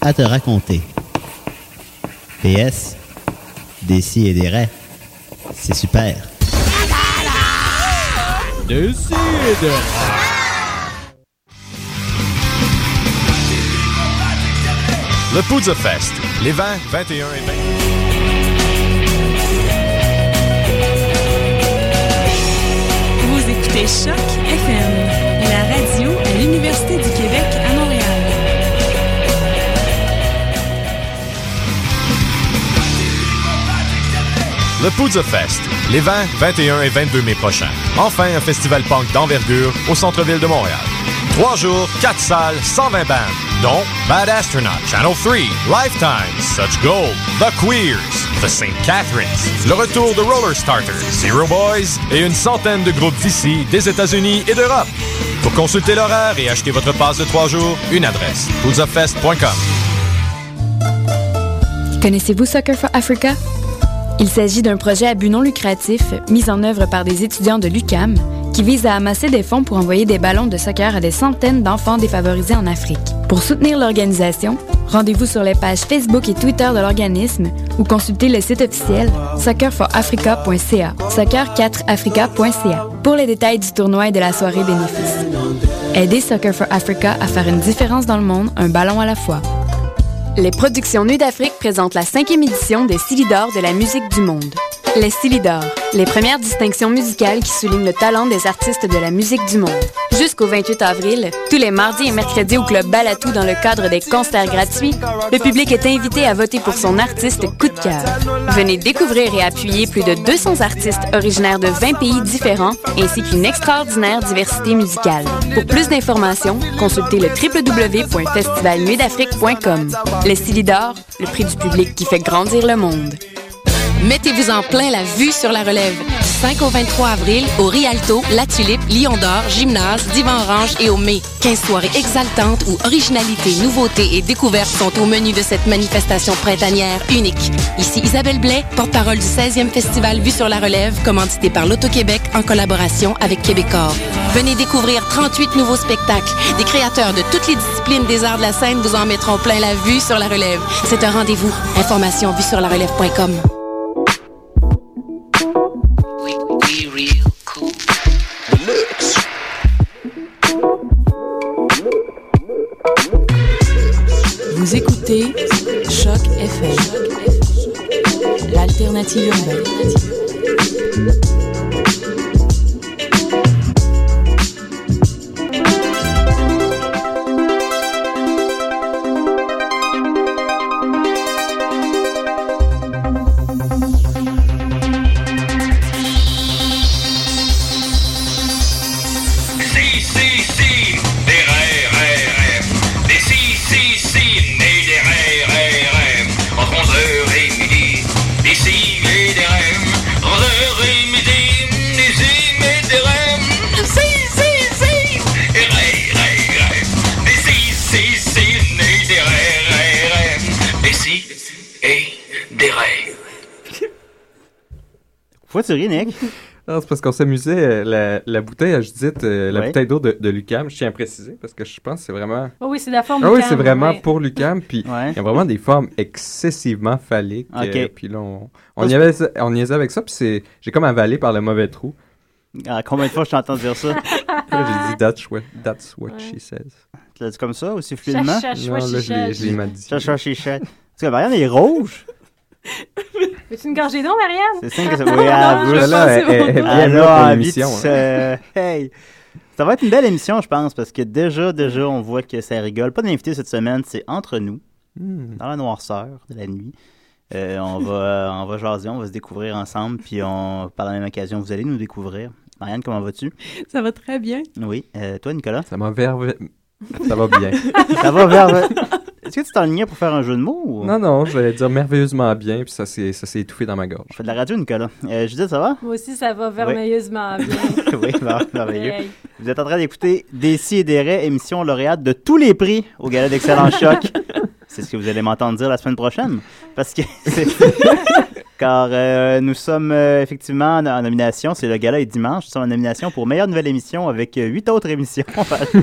à te raconter. PS, des si et des raies, c'est super. Le Poudre Fest, les 20, 21 et 20. Vous écoutez Choc FM, la radio à l'Université du Québec à Montréal. Le Poudre Fest, les 20, 21 et 22 mai prochains. Enfin, un festival punk d'envergure au centre-ville de Montréal. Trois jours, quatre salles, 120 bandes, dont Bad Astronaut, Channel 3, Lifetime, Such Gold, The Queers, The St. Catharines, le retour de Roller Starters, Zero Boys et une centaine de groupes d'ici, des États-Unis et d'Europe. Pour consulter l'horaire et acheter votre passe de trois jours, une adresse, poudzafest.com. Connaissez-vous Soccer for Africa? Il s'agit d'un projet à but non lucratif mis en œuvre par des étudiants de l'UCAM qui vise à amasser des fonds pour envoyer des ballons de soccer à des centaines d'enfants défavorisés en Afrique. Pour soutenir l'organisation, rendez-vous sur les pages Facebook et Twitter de l'organisme ou consultez le site officiel soccerforafrica.ca, soccer4africa.ca pour les détails du tournoi et de la soirée bénéfice. Aidez Soccer for Africa à faire une différence dans le monde, un ballon à la fois. Les productions Nuit d'Afrique présentent la cinquième édition des Silidors de la musique du monde. Les Silidors, les premières distinctions musicales qui soulignent le talent des artistes de la musique du monde. Jusqu'au 28 avril, tous les mardis et mercredis au Club Balatou dans le cadre des concerts gratuits, le public est invité à voter pour son artiste coup de cœur. Venez découvrir et appuyer plus de 200 artistes originaires de 20 pays différents ainsi qu'une extraordinaire diversité musicale. Pour plus d'informations, consultez le www.festivalnuitdafrique.com. Les Silidor, le prix du public qui fait grandir le monde. Mettez-vous en plein la vue sur la relève. 5 au 23 avril au Rialto, La Tulipe, Lion d'Or, Gymnase, Divan Orange et au Mai. 15 soirées exaltantes où originalité, nouveauté et découverte sont au menu de cette manifestation printanière unique. Ici Isabelle Blais, porte-parole du 16e Festival Vue sur la relève, commandité par l'Auto-Québec en collaboration avec Québecor. Venez découvrir 38 nouveaux spectacles. Des créateurs de toutes les disciplines des arts de la scène vous en mettront plein la vue sur la relève. C'est un rendez-vous. Information vue sur la relève.com. Vous écoutez Choc FM, l'alternative urbaine. Si, si, si, des RRRM. Des si, si, si, nés des RRRM. Entre 11h et midi, des si et des REM. 11h et midi, des si et des REM. Si, si, si, RRRM. Des si, si, si, nés des RRRM. Des si et des RRRM. Pourquoi tu ris, Nick? Non, c'est parce qu'on s'amusait. euh, La, la bouteille à Judith, euh, la Ouais. bouteille d'eau de, de Lucam, je tiens à préciser parce que je pense que c'est vraiment. Oh oui, c'est de la forme. Ah oui, Lucam, c'est vraiment ouais. pour Lucam. Puis il Ouais. y a vraiment des formes excessivement phalliques. Ok. euh, puis là, on, on, y avait, on niaisait avec ça. Puis c'est- j'ai comme avalé par le mauvais trou. Ah, combien de fois je t'entends dire ça? Puis là, Ah. j'ai dit That's what, that's what she says. Tu l'as dit comme ça, aussi fluidement? Chache, chache, Non, là, je l'ai- chache, je l'ai chache. mal dit. Cha cha chi cha. Parce que Marianne est rouge. Veux-tu une gorgée d'eau, Marianne? C'est ça que ça veut dire. je Là, pense elle- que c'est elle- elle est bon. bien Elle là pour a envie de l'émission, hein. se- Hey! Ça va être une belle émission, je pense, parce que déjà, déjà, on voit que ça rigole. Pas d'invité cette semaine, c'est entre nous, Hmm. dans la noirceur de la nuit. Euh, on, va, on va jaser, on va se découvrir ensemble, puis on, par la même occasion, vous allez nous découvrir. Marianne, comment vas-tu? Ça va très bien. Oui. Euh, toi, Nicolas? Ça m'a verve- Ça va bien. Ça va vers... Est-ce que tu t'enlignais pour faire un jeu de mots? Ou... non, non, je vais dire merveilleusement bien. Puis ça s'est ça s'est étouffé dans ma Je gorge. fais de la radio, Nicolas. Euh, Judith, ça va? Moi aussi, ça va merveilleusement oui, mer- merveilleux. bien. Hey. Vous êtes en train d'écouter Décis et des Raies, émission lauréate de tous les prix au Gala d'Excellence Choc. C'est ce que vous allez m'entendre dire la semaine prochaine. Parce que c'est- car euh, nous sommes euh, effectivement en, en nomination. C'est le gala est dimanche. Nous sommes en nomination pour meilleure nouvelle émission avec euh, huit autres émissions.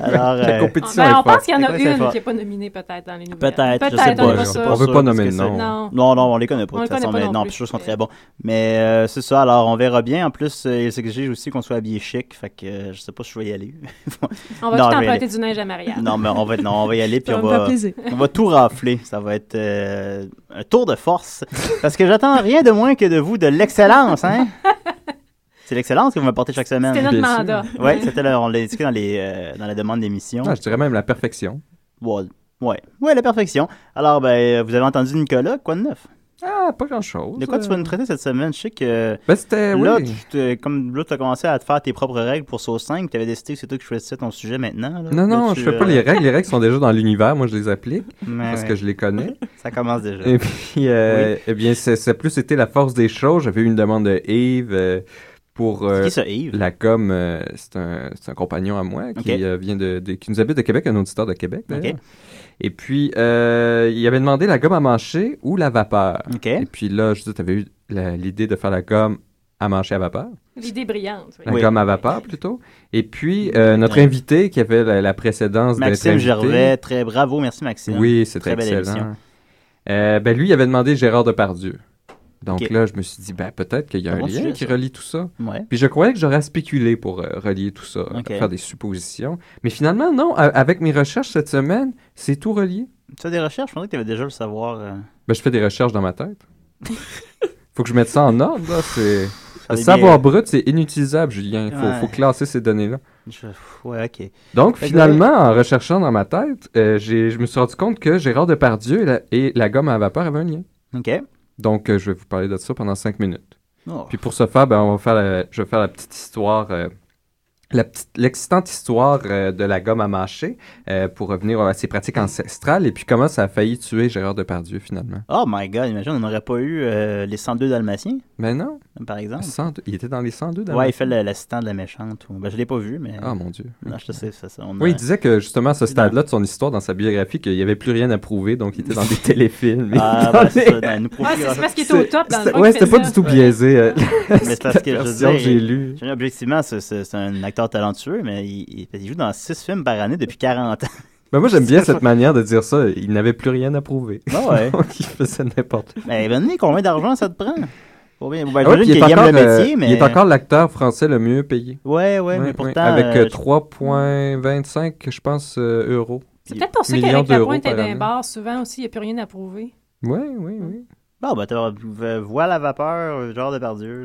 Alors, La euh, compétition Ben, est on forte. pense qu'il y en a Ouais, c'est une fort. qui n'est pas nominée peut-être dans les nouvelles. Peut-être, je sais Peut-être, on pas. est je pas sais sûr. pas. On veut pas nommer parce de que nom. c'est- Non. Non, non, on les connaît pas. On de les toute connaît façon, pas mais non non, plus, puis je suis sûr qu'ils sont mais- très bons. Mais euh, c'est ça, alors on verra bien. En plus, euh, ils s'exigent aussi qu'on soit habillé chic, fait que euh, je sais pas si je vais y aller. On va Non, tout je vais emprunter du neige à Marianne. non, mais on va, non, on va y aller, puis Ça on va me faire va, plaisir. on va tout rafler. Ça va être euh, un tour de force. Parce que j'attends rien de moins que de vous de l'excellence, hein? C'est l'excellence que vous m'apportez chaque semaine. C'était notre Bien sûr. mandat. Oui, c'était là, on l'a indiqué dans, les, euh, dans la demande d'émission. Ah, je dirais même la perfection. Well, ouais. ouais, la perfection. Alors, ben, vous avez entendu Nicolas, quoi de neuf? Ah, pas grand-chose. De quoi tu vas nous traiter cette semaine? Je sais que Ben, c'était... là, Oui. tu te- comme là, tu as commencé à te faire tes propres règles pour Sauce 5, tu avais décidé que c'est toi qui choisissais ton sujet maintenant. là. Là, Non, non, tu, je fais pas euh, les règles. Les règles sont déjà dans l'univers. Moi, je les applique mais parce ouais, que je les connais. Ça commence déjà. Et puis, euh, eh bien, c'est- ça a plus été la force des choses. J'avais eu une demande de Yves euh, pour C'est euh, qui ça, Yves? la com. euh, c'est un, c'est un compagnon à moi qui Ok. euh, vient de, de- qui nous habite de Québec, un auditeur de Québec. d'ailleurs. Ok. Et puis, euh, il avait demandé la gomme à mâcher ou la vapeur. OK. Et puis là, je dis, t'avais eu la- l'idée de faire la gomme à mâcher à vapeur, L'idée brillante. la Oui. gomme à vapeur plutôt. Et puis, euh, notre invité qui avait la, la précédence d'être Maxime invité- Gervais, très bravo, merci Maxime. oui, c'est très Très belle excellent. émission. Euh, ben lui, il avait demandé Gérard Depardieu. Donc Ok. là, je me suis dit, ben peut-être qu'il y a Un un bon lien sujet, qui ça. relie tout ça. Ouais. Puis je croyais que j'aurais à spéculer pour euh, relier tout ça, Ok. faire des suppositions. Mais finalement, non, a- avec mes recherches cette semaine, c'est tout relié. Tu fais des recherches, je pensais que tu avais déjà le savoir. euh, Ben, je fais des recherches dans ma tête. Faut que je mette ça en ordre, là. C'est... ça Le allait savoir brut, c'est inutilisable, Julien. Faut, Ouais. faut classer ces données-là. bien. Je- pff, Ouais, ok. Donc, Fait que- finalement, en recherchant dans ma tête, euh, j'ai- je me suis rendu compte que Gérard Depardieu et la, et la gomme à vapeur avaient un lien. Ok. Donc, euh, je vais vous parler de ça pendant cinq minutes. Oh. Puis pour ce faire, ben, on va faire la- je vais faire la petite histoire, euh, la petite- l'excitante histoire euh, de la gomme à mâcher euh, pour revenir à ses pratiques ancestrales et puis comment ça a failli tuer Gérard Depardieu finalement. Oh my god, imagine, on n'aurait pas eu euh, les 102 Dalmatiens, Mais non, par exemple. 102 il était dans les 102 dans Ah. Ouais, la- il fait le- l'assistant de la méchante. ou- Ben, je l'ai pas vu, mais. Ah mon dieu. Non, je sais, c'est ça. on a- Oui, il disait que justement à ce stade-là de son histoire, dans sa biographie, qu'il n'y avait plus rien à prouver, donc il était dans des téléfilms. Ah, Dans ben, c'est des- ça, dans- nous Ah, prouve- c'est c'est parce qu'il était au top dans le C'est- fond Ouais, qu'il fait c'était pas ça. du tout biaisé. euh, Mais c'est parce que je la veux version que dire, j'ai lue. je veux dire, Objectivement, c'est- c'est c'est un acteur talentueux, mais il, il- il joue dans 6 films par année depuis 40 ans. Ben, moi, j'aime bien cette manière de dire ça. Il n'avait plus rien à prouver. Ah ouais. donc, il faisait n'importe Mais ben, venez, combien d'argent ça te prend Combien ben, Ah ouais, j'imagine puis il, qu'il est aime encore, le euh, métier, mais. il est encore l'acteur français le mieux payé. Ouais, ouais, Ouais, mais ouais. pourtant. Avec euh, euh, 3,25, je pense, euh, euros. C'est peut-être pour ça Millions qu'avec la d'euros pointe et par d'un année. bar, souvent aussi, il n'y a plus rien à prouver. Oui, oui, oui. Bon, ben, t'as euh, voile à vapeur, euh, genre de perdu.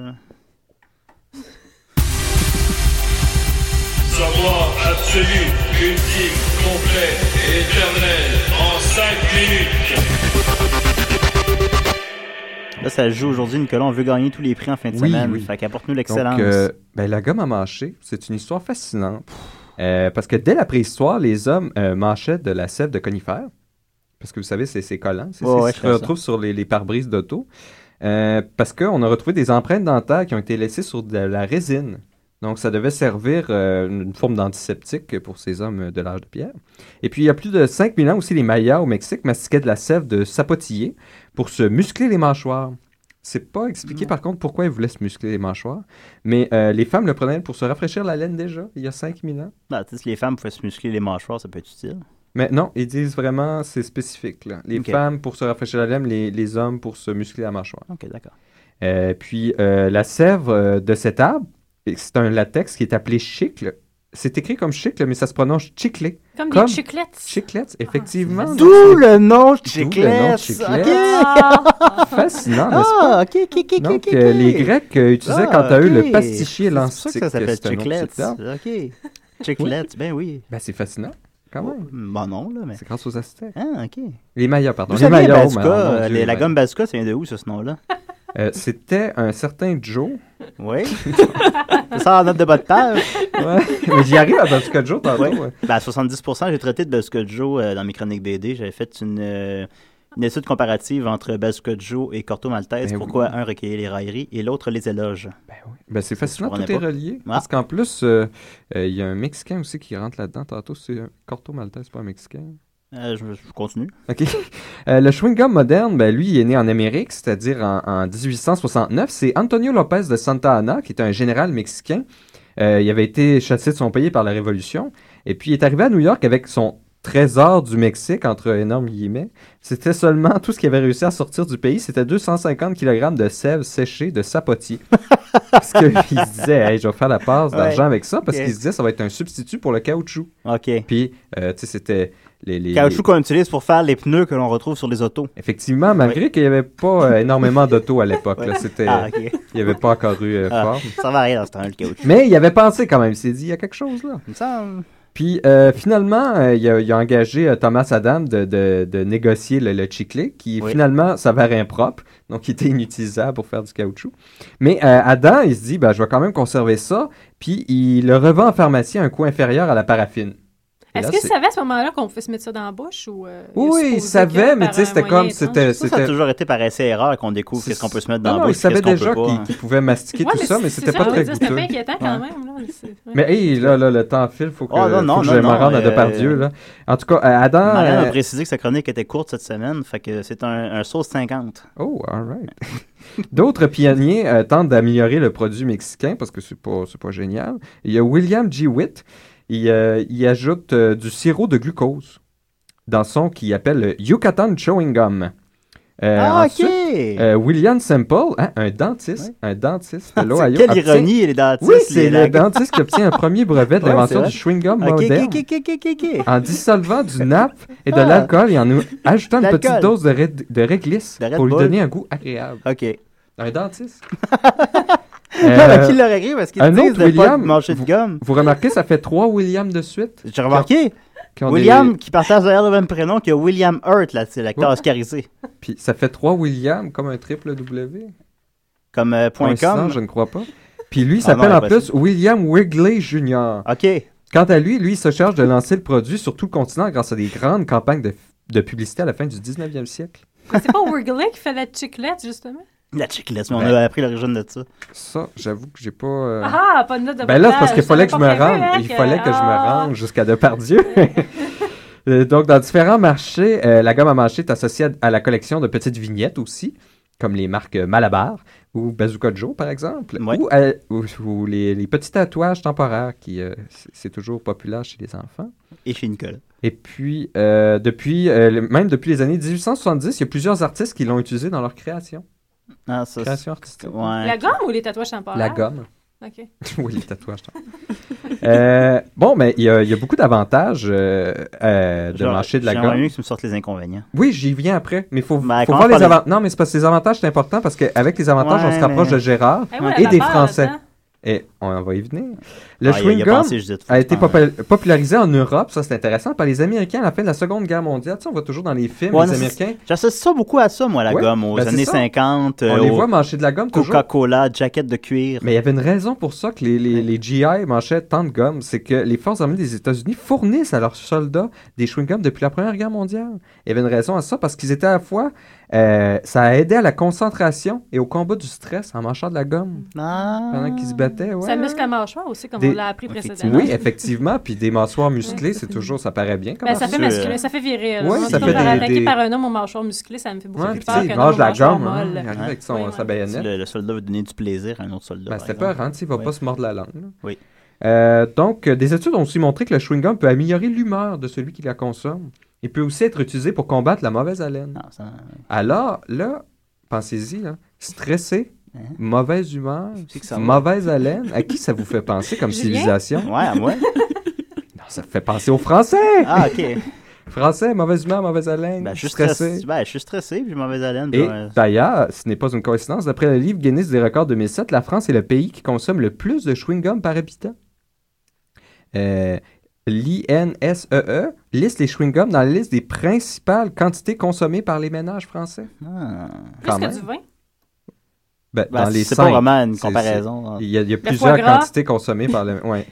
Savoir absolu, ultime, complet et éternel en 5 minutes. Là, ça joue aujourd'hui, Nicolas. On veut gagner tous les prix en fin de Oui, semaine. oui. Fait qu'apporte-nous Donc, l'excellence. euh, ben, la gomme à mâcher, c'est une histoire fascinante. Euh, parce que dès la préhistoire, les hommes euh, mâchaient de la sève de conifères. Parce que vous savez, c'est c'est collant. C'est Ouais, c'est ouais, ce qui je se sais retrouve sur les, les pare-brises d'auto. Euh, parce qu'on a retrouvé des empreintes dentaires qui ont été laissées sur de la résine. Donc, ça devait servir euh, une forme d'antiseptique pour ces hommes de l'âge de pierre. Et puis, il y a plus de 5000 ans aussi, les Mayas au Mexique mastiquaient de la sève de sapotiller pour se muscler les mâchoires. C'est pas Mm. expliqué, par contre, pourquoi ils voulaient se muscler les mâchoires. Mais euh, les femmes le prenaient pour se rafraîchir la laine déjà, il y a 5000 ans. Ben, tu sais, si les femmes pouvaient se muscler les mâchoires, ça peut être utile. Mais non, ils disent vraiment, c'est spécifique. là. Les Ok. femmes pour se rafraîchir la laine, les, les hommes pour se muscler la mâchoire. Ok, d'accord. Euh, puis euh, la sève euh, de cet arbre, et c'est un latex qui est appelé chicle. C'est écrit comme chicle, mais ça se prononce chiclé. Comme, Comme- des chiclettes. Chiclette, Ah, effectivement. c'est D'où le nom Chiclette. Chiclette. Ah, Fascinant, n'est-ce pas? Ah, ok, ok, ok, ok. Donc, ok. euh, les Grecs euh, utilisaient Ah, quant à eux ok. le pastichier et C'est pour ça l'anstic. que ça s'appelle c'est un autre Chiclette. type d'arbre. Ok. Chiclette, ben oui. Ben, c'est fascinant, quand même. Bon, non, là, mais. C'est grâce aux Aztèques. Ah, ok. Les Mayas, pardon. Vous les savez, Mayas, Bazooka, mais alors, mon euh, Dieu, les- la ouais. gomme Bazooka, ça vient de où, ce, ce nom-là? Euh, C'était un certain Joe. Oui. C'est ça en note de bas de page? Ouais. Mais j'y arrive à Bazooka Joe tantôt. Ouais. ouais. Ben, à 70%, j'ai traité de Bazooka Joe euh, dans mes chroniques BD. J'avais fait une, euh, une étude comparative entre Bazooka Joe et Corto Maltese. Ben oui. pourquoi un recueillait les railleries et l'autre les éloges. Ben, oui. Ben, c'est fascinant, comprenais tout est pas. relié. Parce qu'en plus, euh, euh, il y a un Mexicain aussi qui rentre là-dedans. Tantôt, c'est un Corto Maltese, pas un Mexicain. Euh, je, je continue. OK. Euh, le chewing-gum moderne, ben, lui, il est né en Amérique, c'est-à-dire en, en 1869. C'est Antonio Lopez de Santa Anna, qui est un général mexicain. Euh, il avait été chassé de son pays par la Révolution. Et puis, il est arrivé à New York avec son trésor du Mexique, entre énormes guillemets. C'était seulement tout ce qu'il avait réussi à sortir du pays. C'était 250 kg de sève séchée de sapotier. parce qu'il se disait, Hey, je vais faire la passe d'argent Ouais. avec ça, parce Ok. qu'il se disait, ça va être un substitut pour le caoutchouc. OK. Puis, euh, tu sais, c'était... Les, les- Caoutchouc qu'on utilise pour faire les pneus que l'on retrouve sur les autos. Effectivement, malgré qu'il n'y avait pas euh, énormément d'auto à l'époque, là, Ouais. c'était, euh, Ah, OK. il n'y avait pas encore eu euh, Ah, forme. ça va rien dans ce temps-là, le caoutchouc. Mais il avait pensé quand même, il s'est dit, il y a quelque chose là. Il me semble. Puis euh, finalement, euh, il, a, il a engagé euh, Thomas Adam de, de- de négocier le, le chiclet, qui Oui. finalement s'avère impropre, donc il était inutilisable pour faire du caoutchouc. Mais euh, Adam, il se dit, ben, je vais quand même conserver ça, puis il le revend en pharmacie à un coût inférieur à la paraffine. Et Est-ce là, que c'est- tu savais à ce moment-là qu'on pouvait se mettre ça dans la bouche ou euh, il est Oui, supposé il savait, que mais par tu sais, un c'était moyen comme, étrange? Ça, c'était, ça a c'était- toujours été par essai-erreur qu'on découvre C'est- qu'est-ce qu'on peut se mettre Non, dans non, la il bouche, savait qu'est-ce qu'on déjà peut qu'il pas. qu'il pouvait mastiquer Ouais, tout ça, mais c'est- c'était c'est pas ça, je très veux dire, C'était goûteux. bien inquiétant quand même. Là. C'est- ouais. Mais hey, là, là, le temps file, faut que, Oh, non, faut non, que non, je m'en non, rende à euh, Depardieu, là. En tout cas, euh, Adam... Marianne a euh, précisé que sa chronique était courte cette semaine, fait que c'est un, un sauce 50. Oh, all right. D'autres pionniers euh, tentent d'améliorer le produit mexicain parce que c'est pas, c'est pas génial. Il y a William G. Witt. Il, euh, il ajoute euh, du sirop de glucose dans son qu'il appelle le Yucatan Chewing Gum. Euh, ah, ok! ensuite, euh, William Semple, hein, un dentiste, un dentiste de l'Ohio. Quelle obtient- ironie, les dentistes. Oui, c'est les le lacs. dentiste qui obtient un premier brevet de Ouais, l'invention c'est du chewing-gum Ok, moderne. ok, ok, ok, ok, ok. En dissolvant du nappe et de Ah. l'alcool et en nous ajoutant une L'alcool. petite dose de, red- de réglisse De Red pour lui Bull. donner un goût agréable. Ok. Un dentiste. Non, Euh, mais qui l'aurait cru parce qu'ils un disent autre de pas William, manger de gomme. vous remarquez, ça fait trois Williams de suite. J'ai remarqué, qui ont des- Oh. William qui partage d'ailleurs le même prénom que William Hurt, là, c'est l'acteur Ouais. oscarisé. Puis ça fait trois Williams comme un triple W. Comme euh, point Un cent, .com. je ne crois pas. Puis lui, il Ah non, s'appelle en impossible. plus William Wigley Jr. Ok. Quant à lui, lui, il se charge de lancer le produit sur tout le continent grâce à des grandes campagnes de, de publicité à la fin du 19e siècle. Mais C'est pas Wrigley qui fait la chiclette, justement? La chiclette, mais on Ben. a appris l'origine de ça. Ça, j'avoue que j'ai pas... euh, Ah, pas de note de Ben là, c'est parce bouteille, qu'il fallait que je me savais pas rende. prévu, hein, Il fallait que je me Ah. rende jusqu'à Depardieu. Euh, Donc, dans différents marchés, euh, la gomme à mâcher est associée à, à la collection de petites vignettes aussi, comme les marques euh, Malabar ou Bazooka Joe, par exemple, Ouais. ou, euh, ou- ou les, les petits tatouages temporaires qui, euh, c'est- c'est toujours populaire chez les enfants. Et chez Nicolas. Et puis, euh, depuis, euh, le- même depuis les années 1870, il y a plusieurs artistes qui l'ont utilisé dans leur création. Ah, ça, c'est- Création artistique. Ouais. La gomme ou les tatouages temporaires? La gomme. OK. oui, les tatouages. tant. Euh, bon, mais il y, a- il y a beaucoup d'avantages euh, euh, de Genre, marcher de la J'aimerais gomme. mieux que tu me sortes les inconvénients. Oui, j'y viens après, mais il faut, Ben, faut commence voir les par les- avantages. Non, mais c'est parce que les avantages, c'est important parce qu'avec les avantages, on Ouais, se rapproche mais- de Gérard Eh ouais, et la des barre, Français. là-dedans. Et on va y venir. Le Ah, il a- il a chewing-gum pensé, je dis, faut a que été je pense, ouais. popu- popularisé en Europe, ça c'est intéressant, par les Américains à la fin de la Seconde Guerre mondiale. Tu sais, on voit toujours dans les films, Ouais, les non, c'est- Américains, J'associe ça beaucoup à ça, moi, la Ouais, gomme, aux ben, c'est années ça. 50, on euh, les au voit mâcher de la gomme toujours. Coca-Cola, jacket de cuir. Mais il y avait une raison pour ça que les, les, les GI manchaient tant de gomme, c'est que les forces armées des États-Unis fournissent à leurs soldats des chewing-gums depuis la Première Guerre mondiale. Il y avait une raison à ça parce qu'ils étaient à la fois, euh, ça a aidé à la concentration et au combat du stress en manchant de la gomme Ah. pendant qu'ils se battaient. ouais. Ça muscle la mâchoire aussi, comme Des- on l'a appris précédemment. Oui, effectivement, puis des mâchoires musclées, c'est toujours, ça paraît bien. Comme Ben, ça argument. fait Parce que- masculin, ça fait viril. Ouais, Moi, ça je fait me faire des- attaquer des- par un homme au mâchoire musclé, ça me fait beaucoup Ouais, plus puis tu sais, peur il qu'un mange homme de la mâchoire gomme, hein, molle. il arrive Ouais. avec son, Oui, sa oui. baïonnette. Le, le soldat veut donner du plaisir à un autre soldat. Ben, par c'était exemple. peur, hein, tu sais, il va Ouais. pas se mordre la langue. là. Oui. Euh, donc, euh, des études ont aussi montré que le chewing-gum peut améliorer l'humeur de celui qui la consomme. Il peut aussi être utilisé pour combattre la mauvaise haleine. Non, ça- Alors, là, pensez-y, là, stressé, Hein? mauvaise humeur, C'est que ça va. mauvaise haleine, à qui ça vous fait penser comme Julien? civilisation? Ouais, à moi. Non, ça fait penser aux Français! Ah, ok. Français, mauvaise humeur, mauvaise haleine, Ben, je suis stressé. stressé. Ben, je suis stressé, puis j'ai mauvaise haleine. puis, Et euh, d'ailleurs, ce n'est pas une coïncidence, d'après le livre Guinness des records 2007, la France est le pays qui consomme le plus de chewing-gum par habitant. Euh, L'INSEE E liste les chewing-gums dans la liste des principales quantités consommées par les ménages français. ah. Quand Plus que même. du vin. Ben, Ben, dans les c'est pas cinq. vraiment une C'est- comparaison. Il y a, il y a foie plusieurs gras. quantités consommées par les... Ouais.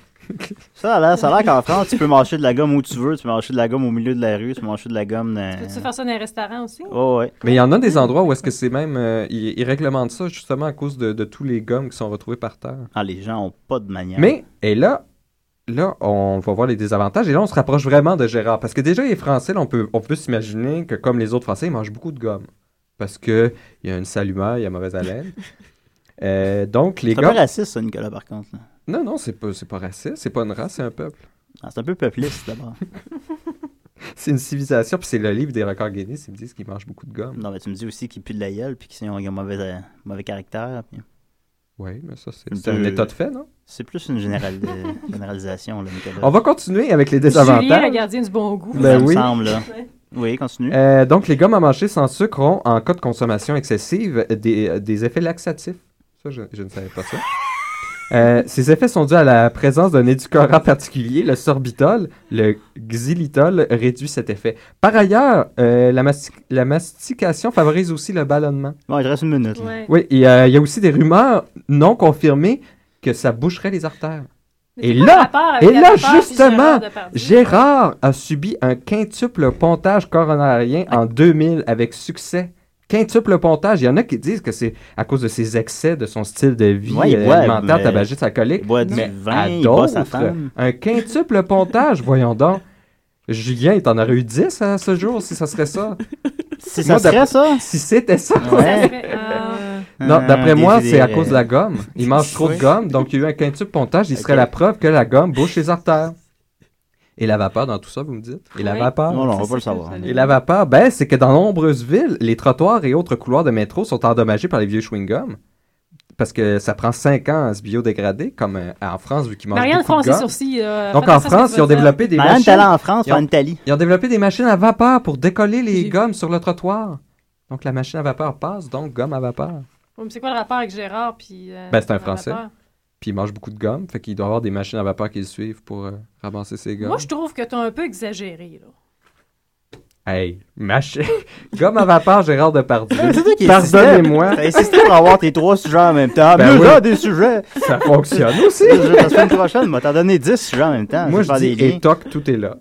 Ça a l'air, ça a l'air qu'en France, tu peux mâcher de la gomme où tu veux, tu peux mâcher de la gomme au milieu de la rue, tu peux mâcher de la gomme dans... Peux-tu faire ça dans un restaurant aussi? Oh, ouais. Mais il y en a des endroits où est-ce que c'est même... euh, ils, ils réglementent ça justement à cause de, de tous les gommes qui sont retrouvés par terre. Ah, les gens ont pas de manière. Mais, et là, là, on va voir les désavantages. Et là, on se rapproche vraiment de Gérard. Parce que déjà, les Français, là, on peut, on peut s'imaginer que, comme les autres Français, ils mangent beaucoup de gomme. Parce qu'il y a une saluma, il y a mauvaise haleine. Euh, donc, les C'est un peu gars. raciste, ça, Nicolas, par contre. là. Non, non, c'est pas, c'est pas raciste. C'est pas une race, c'est un peuple. Ah, c'est un peu peupliste, d'abord. C'est une civilisation. Puis c'est le livre des records Guinness. Ils me disent qu'ils mangent beaucoup de gomme. non, mais tu me dis aussi qu'ils puent de la gueule, puis qu'ils ont un mauvais, euh, mauvais caractère. puis- Oui, mais ça, c'est, Une c'est un peu- état de fait, non? C'est plus une général- euh, généralisation, là, Nicolas. On va continuer avec les Julien, le désavantages. gardien du bon goût. Ah, Ben ça oui. me semble, là. Oui, continue. Euh, donc, les gommes à manger sans sucre ont, en cas de consommation excessive, des, euh, des effets laxatifs. Ça, je, je ne savais pas ça. Euh, ces effets sont dus à la présence d'un édulcorant particulier, le sorbitol. Le xylitol réduit cet effet. Par ailleurs, euh, la, masti- la mastication favorise aussi le ballonnement. Bon, il te reste une minute. là. Ouais. Oui, et, euh, il y a aussi des rumeurs non confirmées que ça boucherait les artères. Et là, et là, justement, Gérard a subi un quintuple pontage coronarien en 2000 avec succès. Quintuple pontage, il y en a qui disent que c'est à cause de ses excès, de son style de vie Ouais, il euh, boit, alimentaire, mais- tabagiste, alcoolique. Il boit du mais vin, à il boit sa d'autres, femme. Un quintuple pontage, voyons donc. Julien, il t'en aurait eu 10 à ce jour, si ça serait ça. Si Moi, ça serait d'après- ça? Si c'était ça. Ouais. Non, Euh, d'après moi, désidéré. c'est à cause de la gomme. Il mange trop de Oui. gomme, donc il y a eu un quintuple pontage. Il serait Ok. la preuve que la gomme bouche les artères. Et la vapeur dans tout ça, vous me dites? Et la Oui. vapeur? Non, non, on Ça, va c'est pas le savoir. ça, Et la vapeur, ben, c'est que dans nombreuses villes, les trottoirs et autres couloirs de métro sont endommagés par les vieux chewing-gums. Parce que ça prend 5 ans à se biodégrader, comme euh, en France, vu qu'ils mangent Marianne beaucoup de France gomme. et sourcils. euh, Donc faites en attention à ce France, que ils ont vous dites. développé des Marianne, t'es machines. allé en France, Ils ont- pas en Italie. Ils ont développé des machines à vapeur pour décoller les J'ai- gommes sur le trottoir. Donc la machine à vapeur passe, donc gomme à vapeur. Ouais, mais C'est quoi le rapport avec Gérard? Puis, euh, Ben, c'est un la Français. vapeur? Puis il mange beaucoup de gomme, fait qu'il doit avoir des machines à vapeur qui le suivent pour euh, ramasser ses gommes. Moi, je trouve que t'as un peu exagéré. Là. Hey, machine... gomme à vapeur, Gérard Depardieu. C'est toi qui Pardonnez-moi, insistais. T'as insisté pour avoir tes trois sujets en même temps. Ben Mais oui. là, des sujets. ça fonctionne aussi. La semaine prochaine, moi, t'as donné 10 sujets en même temps. Moi, vais faire je Ah, des dis, et liens. toc, tout est là.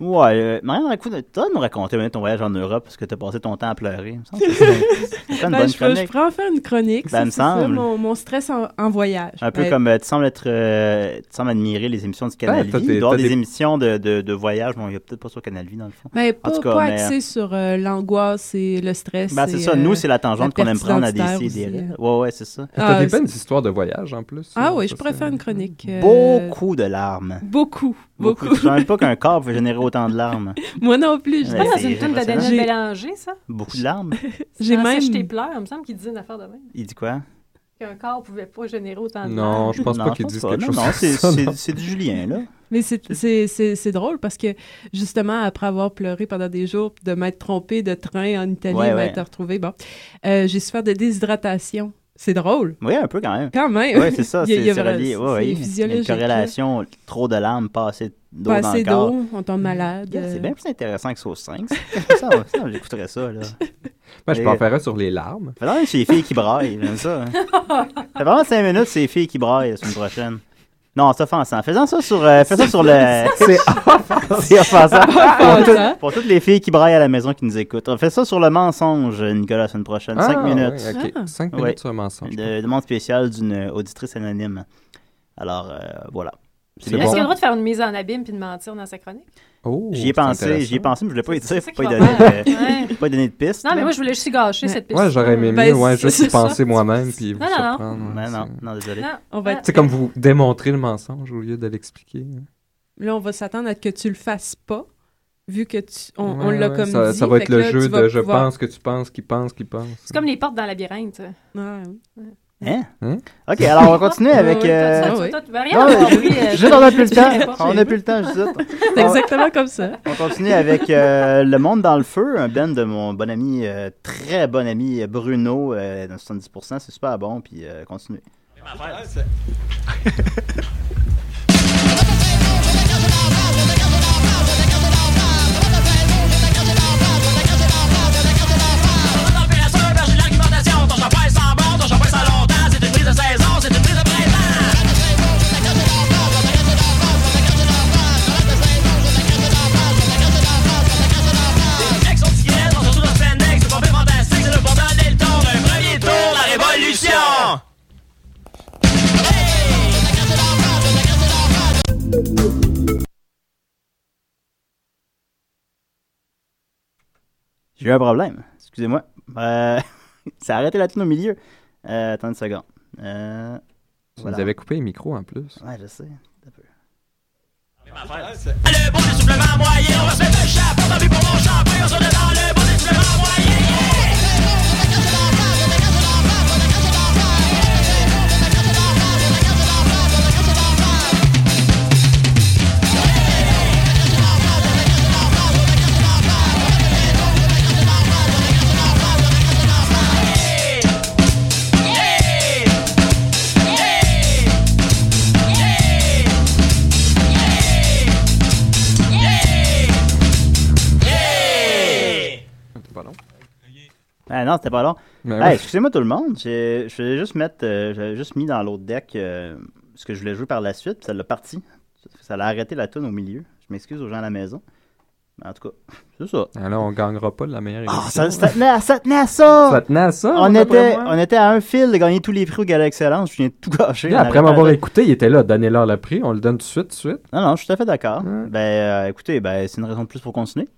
Ouais, euh, Marianne, écoute, t'as de nous raconter maintenant ton voyage en Europe parce que t'as passé ton temps à pleurer. Il me semble que C'est c'est pas une Ben, bonne je, peux- je chronique. pourrais en faire une chronique. Ben, ça, me c'est ça, semble. mon, mon stress en, en voyage. Un peu Ben, comme euh, tu sembles être, euh, tu sembles admirer les émissions du Canal Ben, t'as Vie. des- Il doit y avoir t'as des des- émissions de, de, de voyage. Bon, il n'y a peut-être pas sur Canal Vie dans le fond. ben, pas, tout cas, pas mais- axé sur euh, l'angoisse et le stress. Ben, c'est et, ça. euh, Nous, c'est la tangente la qu'on aime prendre à des pertinence idées. aussi, euh. Ouais, ouais, c'est ça. T'as Ah, des belles histoires de voyage en plus. Ah là, oui, ça, je pourrais c'est- faire une chronique. euh, Beaucoup de larmes. Beaucoup, beaucoup. Je ne savais pas qu'un corps peut générer autant de larmes. Moi non plus. je- C'est pas Ouais, dans c'est une tune de impressionnant. Daniel J'ai- Bélanger, ça? Beaucoup de larmes. J'ai Dans même. Sèche tes pleurs, il me semble qu'il disait une affaire de même. Il dit quoi? Qu'un corps pouvait pas générer autant de Non, larmes. je pense Non, pas qu'ils pense disent pas. quelque Non, chose. Non, comme c'est- ça, c'est non. c'est du Julien, là. Mais c'est- c'est c'est- c'est drôle parce que justement, après avoir pleuré pendant des jours, de m'être trompée de train en Italie, Ouais, et ouais. m'être retrouvée, bon, euh, j'ai souffert de déshydratation. C'est drôle, Oui, un peu quand même. quand même. Oui, c'est ça. Il y a- il y C'est a c'est vrai- relié. c'est- Ouais, ouais. c'est Il y a une physiologique, corrélation. Trop de larmes, pas assez d'eau Pas dans assez le corps. Mm. d'eau, on tombe malade. Yeah, C'est euh, bien plus intéressant que Sauce 5. ça. ça, on- ça, j'écouterais ça, là. Ben, je peux en Et- faire un sur les larmes. Fais vraiment c'est les filles qui braillent, j'aime ça. Fais vraiment 5 minutes, c'est les filles qui braillent la semaine prochaine. Non, c'est offensant. Faisons ça sur, euh, fais ça sur le... C'est c'est offensant. Ah, pour, tout- ça. pour toutes les filles qui braillent à la maison qui nous écoutent. Fais ça sur le mensonge, Nicolas, la semaine prochaine. Ah, Ah, 5 minutes. Ah. 5 Ouais. minutes sur un mensonge. De demande spéciale d'une auditrice anonyme. Alors, euh, voilà. C'est Est-ce bon. qu'il a le droit de faire une mise en abîme puis de mentir dans sa chronique? Oh, J'y ai c'est pensé, j'y ai intéressant. pensé, mais je voulais pas y dire, C'est ça faut pas y qu'il donner, va faire. euh, Ouais. faut pas y donner de piste. Non, mais là. moi, je voulais juste gâcher Mais- cette piste. Ouais, j'aurais aimé Ben, mieux, ouais, c'est- juste y c'est ça. penser moi-même puis Non, me non, non. surprendre, ouais, Mais c'est- non, non, désolé. Non, On va non. C'est comme vous démontrer le mensonge au lieu de l'expliquer. hein. Là, on va s'attendre à ce que tu le fasses pas, vu que tu, on, Ouais, on l'a ouais, comme ça, dit. ça va fait être que le là, jeu tu vas de je pouvoir- pense que tu penses, qui pense, qui pense. C'est comme les portes dans le labyrinthe. Ah, oui. Hein? Hein? Ok, alors on continue avec. ouais, euh, Ah Toi, oui. toi, tu vas rien Non, avoir mais- compris, euh, juste on n'a plus le je sais temps. pas. On n'a plus le temps, je dis. C'est exactement comme ça. On continue avec euh, Le Monde dans le Feu, un band de mon bon ami, euh, très bon ami Bruno, euh, dans 70%, c'est super bon, puis euh, continue. Hey! J'ai eu un problème. Excusez-moi. Euh, ça a arrêté la tune au milieu. Euh, attends une seconde. Euh, Tu voilà. nous avais coupé les micros en plus. Ouais, je sais. Un peu. Le bon soufflement moyen, on va se mettre un chapeau, tant pis pour mon champagne, on se met dans le bon soufflement moyen. Pas long. Ah non, c'était pas long. Mais Hey, ouais. excusez-moi tout le monde. J'ai- Je voulais juste mettre, euh, j'avais juste mis dans l'autre deck euh, ce que je voulais jouer par la suite, puis ça l'a parti. Ça l'a arrêté la tune au milieu. Je m'excuse aux gens à la maison. Mais en tout cas, c'est ça. Alors, Ben on gagnera pas de la meilleure Ah, émission. ça, ça tenait à ça! tenait à ça! Ça tenait à ça. hein, on, d'après était, moi. on était à un fil de gagner tous les prix au Gala Excellence. Je viens de tout gâcher. Là, On après avait- m'avoir écouté, il était là. Donnez-leur le prix. On le donne tout de suite, tout de suite. Non, non, je suis tout à fait d'accord. Ouais. Ben, euh, écoutez, ben, c'est une raison de plus pour continuer.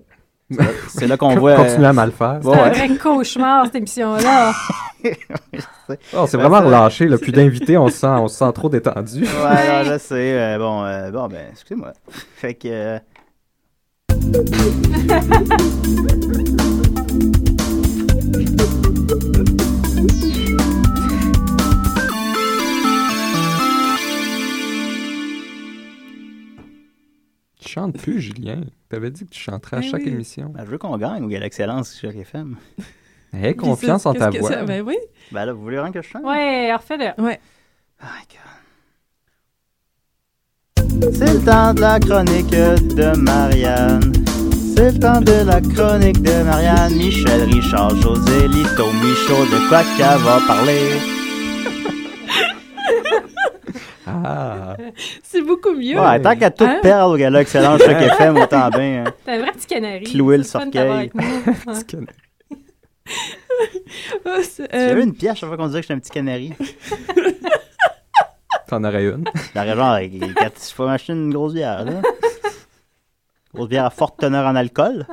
C'est là- C'est là qu'on voit. euh, Continuer à mal faire. Ouais, ouais. C'est un vrai cauchemar, cette émission-là. Oh, c'est Ben, vraiment ça- relâché. Là. Plus d'invités, on se sent, on se sent trop détendu. Ouais, non, je sais. euh, bon, euh, bon, ben, excusez-moi. Fait que. euh, Tu chantes plus, Julien. T'avais dit que tu chanterais à Eh chaque oui. émission. ben, je veux qu'on gagne au Gala Excellence sur FM. Aie confiance en Qu'est-ce ta que voix. ça- Ben oui. Ben là, vous voulez vraiment que je chante? Ouais, refais-le. Oh my God. C'est le temps de la chronique de Marianne. C'est le temps de la chronique de Marianne. Michel, Richard, José, Lito, Michaud, de quoi qu'elle va parler. Ah, C'est beaucoup mieux. Ouais, tant qu'à tout Hein? perdre au Gala Excellence chaque FM, autant bien. hein. T'es un vrai petit canari. Clouer le C'est fun de t'avoir cercueil. avec nous. Ouais. petit canard. Ah, c'est- Tu as euh, eu une pièce chaque fois qu'on disait que j'étais un petit canari. T'en aurais une. J'aurais genre, euh, quand il faut m'acheter une grosse bière, là. Grosse bière à forte teneur en alcool.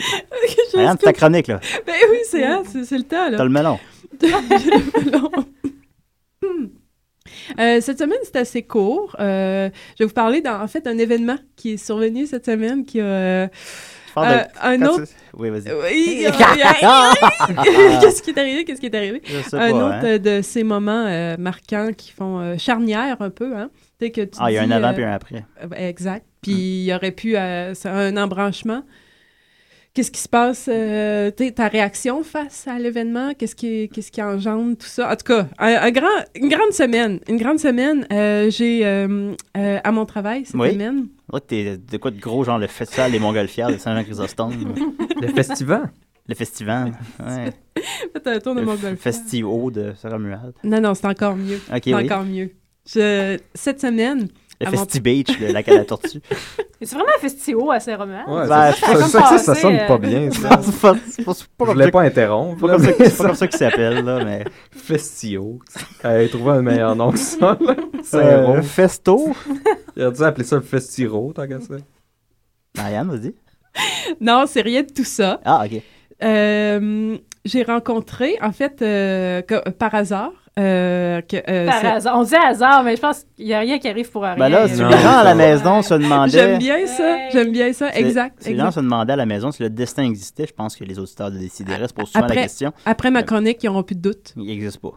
quelque chose Marianne, c'est ta chronique, là. comme- Ben oui, c'est hein, c'est- c'est le temps, là. T'as le melon. Hmm. Euh, cette semaine, c'est assez court. Euh, je vais vous parler, d'un- en fait, d'un événement qui est survenu cette semaine, qui a euh, Je parle de- euh, un Ah, ben, quand autre... Euh, tu- Ah! Oui, vas-y. Oui, Qu'est-ce qui est arrivé? Qu'est-ce qui est arrivé? Je sais pas, Un autre hein. euh, de ces moments euh, marquants qui font euh, charnière un peu, hein? Tu sais que tu Ah, il y a un dis, avant euh, puis un Hum. après. Euh, ben, Exact. Puis il y aurait pu euh, c'est un embranchement. Qu'est-ce qui se passe? euh, t'sais, ta réaction face à l'événement? Qu'est-ce qui, qu'est-ce qui engendre tout ça? En tout cas, un, un grand, une grande semaine. Une grande semaine. Euh, j'ai euh, euh, à mon travail cette Oui. semaine. Ouais, t'es de quoi de gros, genre le festival des montgolfières de Saint-Jean-Chrysostome. Le festival. le festival. Ouais. Faites un tour de Le mon f- golf. festivo de Saint-Romuald. Non, non, c'est encore mieux. Ok, c'est oui. encore mieux. Je- cette semaine, Le à mon- festi beach de la canne à tortue. C'est vraiment un festival à Saint-Romuald. Ouais, Ben, je ça, ça, suis ça, comme ça passé, sonne euh, pas bien, ça. Non, c'est pas, c'est pas, c'est pas Je comme ça voulais que- pas interrompre, pas là, comme ça mais que- c'est pas ça- comme ça qu'il s'appelle, là, mais. Festio. Elle a trouvé un meilleur nom que ça, là. Euh, Saint-Rose. festo. Il a dû appeler ça le Festiro, tant qu'à ça. Marianne, vas-y. non, c'est rien de tout ça. Ah, ok. Euh, j'ai rencontré, en fait, euh, que- par hasard, euh, que, euh, Par c'est- hasard. On dit hasard, mais je pense qu'il n'y a rien qui arrive pour rien. Ben là, si Non, les gens à la ça va. maison se J'aime demandaient. bien ça, Hey. j'aime bien ça, C'est- exact. Si les gens exact. se demandaient à la maison si le destin existait, je pense que les auditeurs de Décideret se posent souvent la Après- question. Après ma chronique, ils n'auront plus de doute. Il n'existe pas.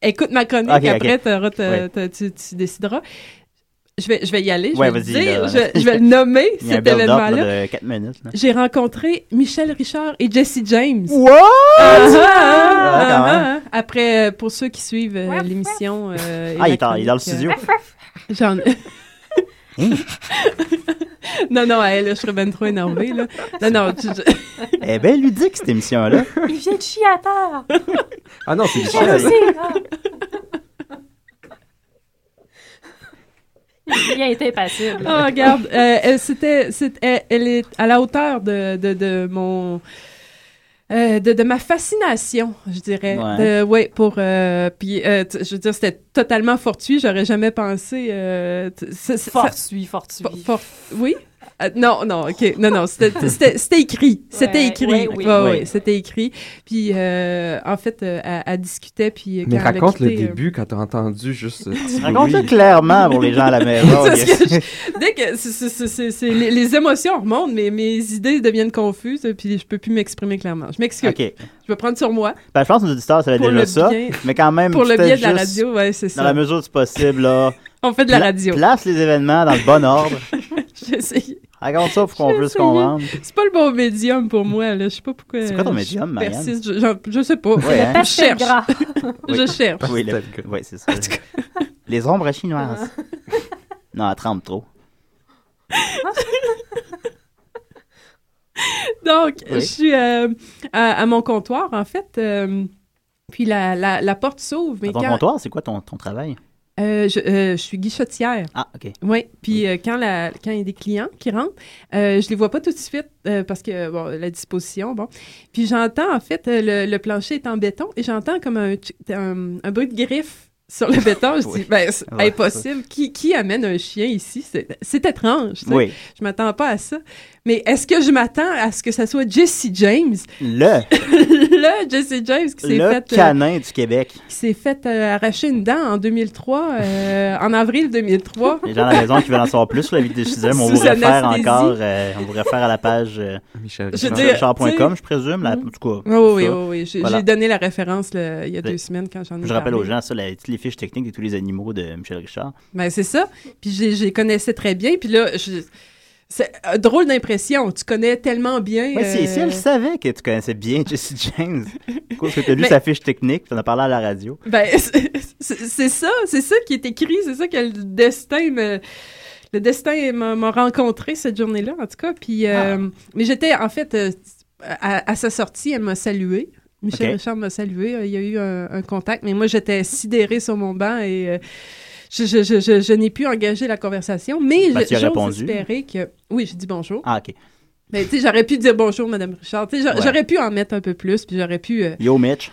Écoute ma chronique, Ok, ok. après t'auras- t'as- Ouais. t'as- tu, tu décideras. Je vais, je vais y aller, je Ouais, vais le vas-y, dire, là. je, vais- je vais le nommer, Il y a un cet build-up là, événement-là. de 4 minutes. Là. J'ai rencontré Michel Richard et Jesse James. What? Ah, ah, Ah, ah, quand ah, même. ah. Après, euh, pour ceux qui suivent euh, Ouais, l'émission... euh, et Ah, la il est en- il est dans le chronique, studio. euh, J'en non, non, elle, là, je serais ben trop énervée. Là. Non, non, tu- je- Elle est bien ludique, cette émission-là. Ah, Il vient de chier à terre. Ah non, c'est Moi Michel. aussi. ah. Il a été impassible. Oh, regarde, euh, elle, c'était, c'était- elle, elle est à la hauteur de, de, de mon. euh, de, de ma fascination, je dirais. Ouais. De- ouais, pour. euh, puis, euh, t- je veux dire, c'était totalement fortuit. J'aurais jamais pensé. euh, t- c'est- c'est- ça- Fortuit, fortuit. for- for- oui? Euh, non, non, OK. Non, non, c'était- c'était c'était écrit. C'était Ouais, écrit. ouais, oui. Ouais, ouais, Ouais. c'était écrit. Puis, euh, en fait, euh, elle, elle discutait. Puis, euh, Mais quand elle a raconte le quitté, euh, début quand t'as entendu juste. euh, petit Raconte-le bruit. clairement pour les gens à la maison. C'est ce que je- Dès que c'est- c'est- c'est- c'est- c'est- les, les émotions remontent, mais mes idées deviennent confuses, puis je peux plus m'exprimer clairement. Je m'excuse. OK. Je vais prendre sur moi Ben, je pense que nos auditeurs savaient pour le, déjà ça. bien, Mais quand même, pour le peut-être biais de la juste, radio. Ouais, c'est Dans ça. la mesure du possible, là. On fait de la pla- radio. Place les événements dans le bon ordre. J'ai essayé. Raconte ça pour qu'on J'ai puisse essayé. comprendre. C'est pas le bon médium pour moi. Là. Je sais pas pourquoi. C'est quoi ton euh, médium, je Marianne? persiste. Je, j'en- je sais pas. Ouais, hein? Je cherche. gras. Je cherche. Oui, le- Pastel, quoi. oui, c'est ça. les ombres chinoises. Ah. non, elle trempe trop. Donc, Oui. je suis euh, à, à mon comptoir, en fait. euh, puis la, la, la porte s'ouvre. Mais Dans ton quand, comptoir, c'est quoi ton, ton travail? euh, je, euh, je suis guichetière. Ah, OK. Oui, puis euh, quand, la, quand il y a des clients qui rentrent, euh, je les vois pas tout de suite euh, parce que, bon, la disposition, bon. Puis j'entends, en fait, euh, le, le plancher est en béton et j'entends comme un, tchic- un, un bruit de griffe sur le béton. Je Oui. Ah dis, ben, c'est Ouais, impossible. Qui, qui amène un chien ici? C'est c'est étrange. tu sais. Oui. Je m'attends pas à ça. Mais est-ce que je m'attends à ce que ça soit Jesse James? Le, le Jesse James qui s'est le fait... euh, canin du Québec. qui s'est fait euh, arracher une dent en 2003, euh, en avril 2003. Les gens à la maison qui veulent en savoir plus sur la vie de Suzanne, on vous Sous réfère anesthésie. encore, euh, on vous réfère à la page euh, Michel Je Richard. veux dire, char.com, tu je présume. la- en Mhm. tout cas, Oui, oui, oui, ça. oui, oui. J'ai Voilà. j'ai donné la référence là, il y a Mais- deux semaines quand j'en ai Je rappelle parlé. aux gens ça, la- toutes les fiches techniques de tous les animaux de Michel Richard. Ben, c'est ça. Puis j'ai- je les connaissais très bien. Puis là, je- c'est euh, drôle d'impression. Tu connais tellement bien. Ouais, si, euh, si elle savait que tu connaissais bien Jesse James, parce que tu as lu Mais- sa fiche technique, tu en as parlé à la radio. ben, c'est- c'est c'est ça. C'est ça qui est écrit. C'est ça que le destin me. Le destin m'a m'a rencontré cette journée-là, en tout cas. Puis, Ah. euh, Mais j'étais, en fait, euh, à, à sa sortie, elle m'a salué. Michel Ok. Richard m'a salué. euh, Il y a eu un, un contact. Mais moi, j'étais sidérée sur mon banc et euh, je, je- je- je- je n'ai pu engager la conversation. Mais Ben, je- tu as j'ose répondu. espérer que. Oui, j'ai dit bonjour. Ah, OK. Mais tu sais, j'aurais pu dire bonjour, Madame Richard. Tu sais, j'a- Ouais. j'aurais pu en mettre un peu plus, puis j'aurais pu, euh, Yo, Mitch.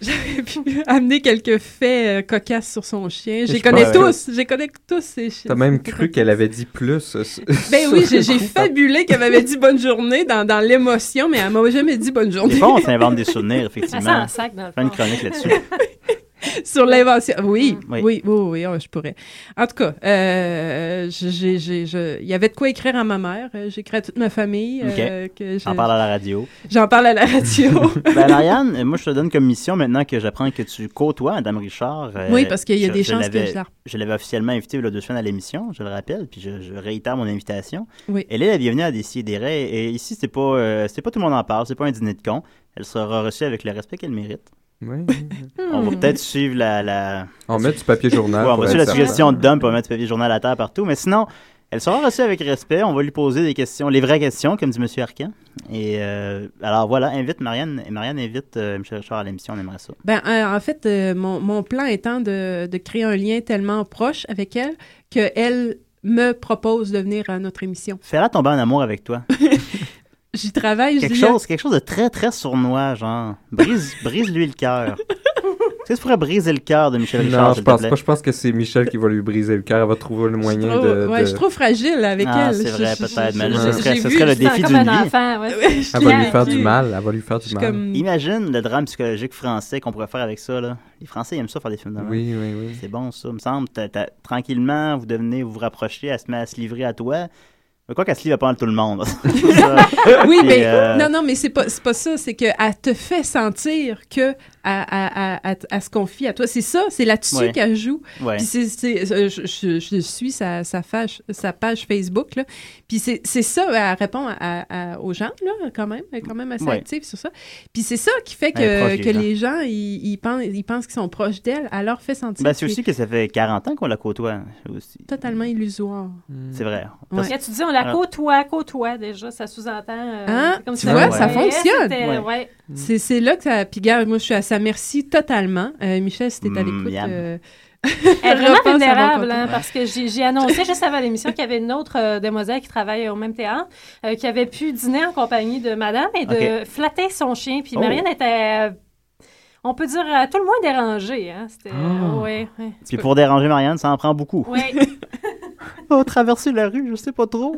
j'aurais pu amener quelques faits euh, cocasses sur son chien. Je les Je connais pense tous, je les connais tous ces chiens. T'as même cru qu'elle avait dit plus. euh, sur- Ben sur oui, le j'ai j'ai coup. fabulé qu'elle m'avait dit bonne journée dans, dans l'émotion, mais elle m'a jamais dit bonne Des journée fois, on s'invente des Ça sent souvenirs, un effectivement. sac dans le Fais une fond. chronique là-dessus. sur l'invention. Oui, Oui. oui, oui, oui, oui, oh, je pourrais. En tout cas, euh, j'ai- j'ai- je- il y avait de quoi écrire à ma mère. euh, J'écris à toute ma famille. Ok. euh, que je- J'en parle à la radio. J'en parle à la radio. Ben, Marianne, moi, je te donne comme mission maintenant que j'apprends que tu côtoies Madame Richard. euh, oui, parce qu'il y a je- des je chances que l'avais- je la Je l'avais officiellement invitée il y a deux semaines à l'émission, je le rappelle, puis je, je réitère mon invitation. Oui. Elle est la bienvenue à Décideret, et ici, c'est pas, euh, c'est pas tout le monde en parle, c'est pas un dîner de con. Elle sera reçue avec le respect qu'elle mérite. Ouais. On va Hmm. peut-être suivre la, la... On met du papier journal. Ouais, on Ah, pour va être suivre la certain. suggestion de Dom pour mettre du papier journal à terre partout, mais sinon, elle sera reçue avec respect. On va lui poser des questions, les vraies questions, comme dit M. Arcan. Et euh, alors voilà, invite Marianne, et Marianne invite euh, Michel Richard à l'émission, on aimerait ça. Ben, euh, en fait, euh, mon, mon plan étant de, de créer un lien tellement proche avec elle qu'elle me propose de venir à notre émission. Fais-la tomber en amour avec toi. J'y travaille, je Quelque dis, hein. chose, quelque chose de très, très sournois, genre. Brise, brise-lui le cœur. tu sais, tu pourrais briser le cœur de Michel Richard, Non, je s'il te pense plaît. pas. Je pense que c'est Michel qui va lui briser le cœur. Elle va trouver le je suis moyen trop- de. ouais, de- je suis trop fragile avec Ah, elle. c'est Je- vrai, je- je- peut-être, mais je- là, ce j'ai serait- ce vu, serait le je- Tu sens défi comme d'une un vie. enfant, ouais. je Elle va lui l'ai faire vu. du mal. Elle va lui faire Je du suis mal. comme- Imagine le drame psychologique français qu'on pourrait faire avec ça, là. Les Français, ils aiment ça faire des films de même. Oui, oui, oui. C'est bon, ça, me semble. T'as- t'as- tranquillement, vous devenez, vous vous rapprochez, elle se met à se livrer à toi. Mais quoi qu'elle se livre à pas mal tout le monde. Ça, Oui, Puis, mais euh, non, non, mais c'est pas, c'est pas ça. C'est qu'elle te fait sentir que elle- elle- elle- elle- elle se confie à toi. C'est ça, c'est là-dessus Ouais. qu'elle joue. ouais. Puis c'est- c'est- euh, je, je- je suis sa, sa, page, sa page Facebook, là. Puis c'est c'est ça, elle répond à- à- à- aux gens, là, quand même. Elle est quand même assez Ouais. active sur ça. Puis c'est ça qui fait Elle est que, proche des que gens. les gens, ils, ils pensent ils pensent qu'ils sont proches d'elle. Elle leur fait sentir Ben, c'est que aussi que ça fait 40 ans qu'on la côtoie. aussi. c'est totalement illusoire. C'est vrai. hein. Ouais. Quand tu dis on la côtoie, côtoie déjà, ça sous-entend. euh, Hein? comme Tu si on vois, ça la voyait, fonctionne. c'était- Ouais. ouais. C'est c'est là que ça... Puis, gars, moi, je suis à sa merci totalement. Euh, Michel, si t'es à Mm, l'écoute... miam. euh, Elle est Je vraiment repense à mon vulnérable, coton. hein, parce que j'ai j'ai annoncé juste avant l'émission qu'il y avait une autre euh, demoiselle qui travaillait au même théâtre, euh, qui avait pu dîner en compagnie de madame et de flatter son chien. Puis Oh. Marianne était, euh, on peut dire, à tout le moins dérangée. Hein. C'était, Ah. ouais, ouais. Puis pour déranger Marianne, ça en prend beaucoup. Ouais. Oh, traverser la rue, je sais pas trop.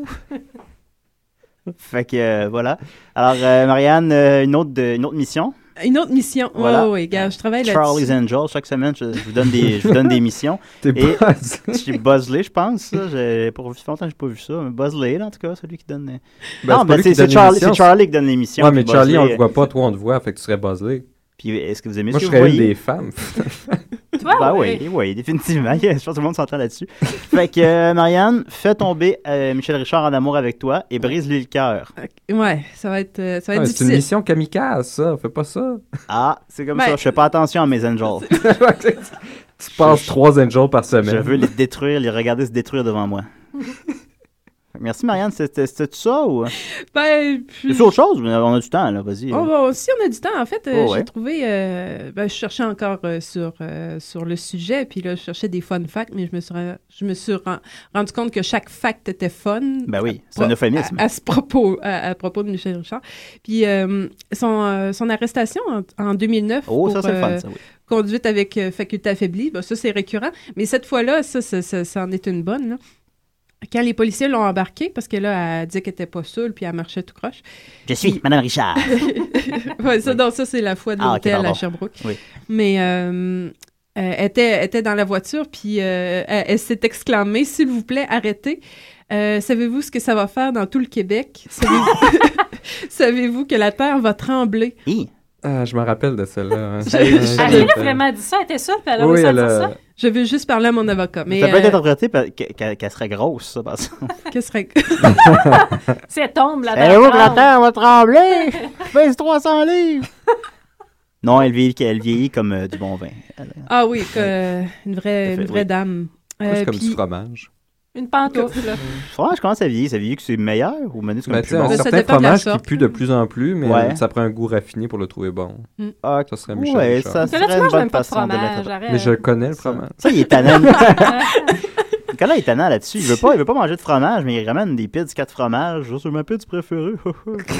fait que euh, voilà. Alors, euh, Marianne, euh, une, autre de- une autre mission. Une autre mission. Oui, Voilà. oui, gars, je travaille Charlie's là-dessus. Angel. Chaque semaine, je, je vous donne des, je vous donne des missions. T'es Et- pas... Je suis Buzzley, je pense. là. J'ai- Pour longtemps, j'ai pas vu ça. mais Buzzley, là, en tout cas, celui qui donne. euh, Ben, non, mais pas lui c'est qui donne c'est Charlie, l'émission, c'est Charlie qui donne l'émission. Ouais, mais puis Charlie, on Buzzley, le voit pas, toi, on te voit, fait que tu serais buzzé. Puis euh, est-ce que vous aimez Moi, ce je que vous serais une voyez? des femmes. Ah Toi, Bah ouais. oui, oui, définitivement. Je pense que tout le monde s'entend là-dessus. fait que, euh, Marianne, fais tomber euh, Michel Richard en amour avec toi et brise-lui le cœur. Ouais, ça va être, euh, ça va être Ah, c'est une difficile. mission kamikaze, ça. Fais pas ça. Ah, c'est comme Ben- ça. Je fais pas attention à mes angels. tu passes trois angels par semaine. Je veux les détruire, les regarder se détruire devant moi. Merci, Marianne. C'était c'était tout ça ou. hein? Ben, puis- C'est autre chose, mais on a du temps, là. Vas-y. Oh, bon, si on a du temps, en fait, euh, Oh, ouais. j'ai trouvé. euh, ben, je cherchais encore euh, sur, euh, sur le sujet, puis là, je cherchais des fun facts, mais je me suis, ra- je me suis ren- rendu compte que chaque fact était fun. Ben oui, c'est un Pro- euphémisme. À, à ce propos, à, à propos de Michel Richard. Puis euh, son, euh, son arrestation en, en 2009 Oh, ça, pour, c'est le euh, fun, ça, oui. conduite avec euh, faculté affaiblie, ben, ça c'est récurrent. Mais cette fois-là, ça, ça, ça- ça en est une bonne. là. Quand les policiers l'ont embarquée, parce que là, elle disait qu'elle n'était pas saoule, puis elle marchait tout croche. Je suis Madame Richard. Ouais, ça, non, ça, c'est la fois de Ah, ok, l'hôtel à pardon. Sherbrooke. Oui. Mais euh, euh, elle, était, elle était dans la voiture, puis euh, elle, elle s'est exclamée S'il vous plaît, arrêtez. Euh, Savez-vous ce que ça va faire dans tout le Québec Savez-vous savez-vous que la terre va trembler Hi. Ah, je me rappelle de celle-là. hein. Je- Ouais, je- ouais, Elle ouais. a vraiment dit ça, elle était sûre, puis elle a Oui, réussi à elle dire a- ça. Je veux juste parler à mon avocat. Mais ça peut être euh, interprété par- que- qu'elle qu'elle serait grosse, ça, parce que. que serait- C'est tombe là Allez-vous que Eh, la terre va trembler? Je pèse 300 livres. Non, elle vieillit, elle vieillit comme euh, du bon vin. Elle- Ah oui, que, euh, une vraie, Tout à fait, une vraie oui. dame. Ouais, Euh, C'est comme puis- du fromage. Une pantoufle. là. Franchement, je commence à vieillir. Ça vieillit que c'est meilleur ou menu c'est comme Ben, tu plus sais, un bon. Ça certain dépend de la fromage qui sorte. pue de plus en plus, mais Ouais. ça prend un goût raffiné pour le trouver bon. bon? Ça serait Michel Ah, Ouais, Richard. ça Parce que là, serait tu une manges bonne même pas de façon de fromage, mettre. arrête. Mais je le connais, le Ça. fromage. Ça, il est tannant. Nicolas est tannant là-dessus. Il veut pas, il veut pas manger de fromage, mais il ramène des pizzas quatre fromages. Ça, c'est ma pizza préférée.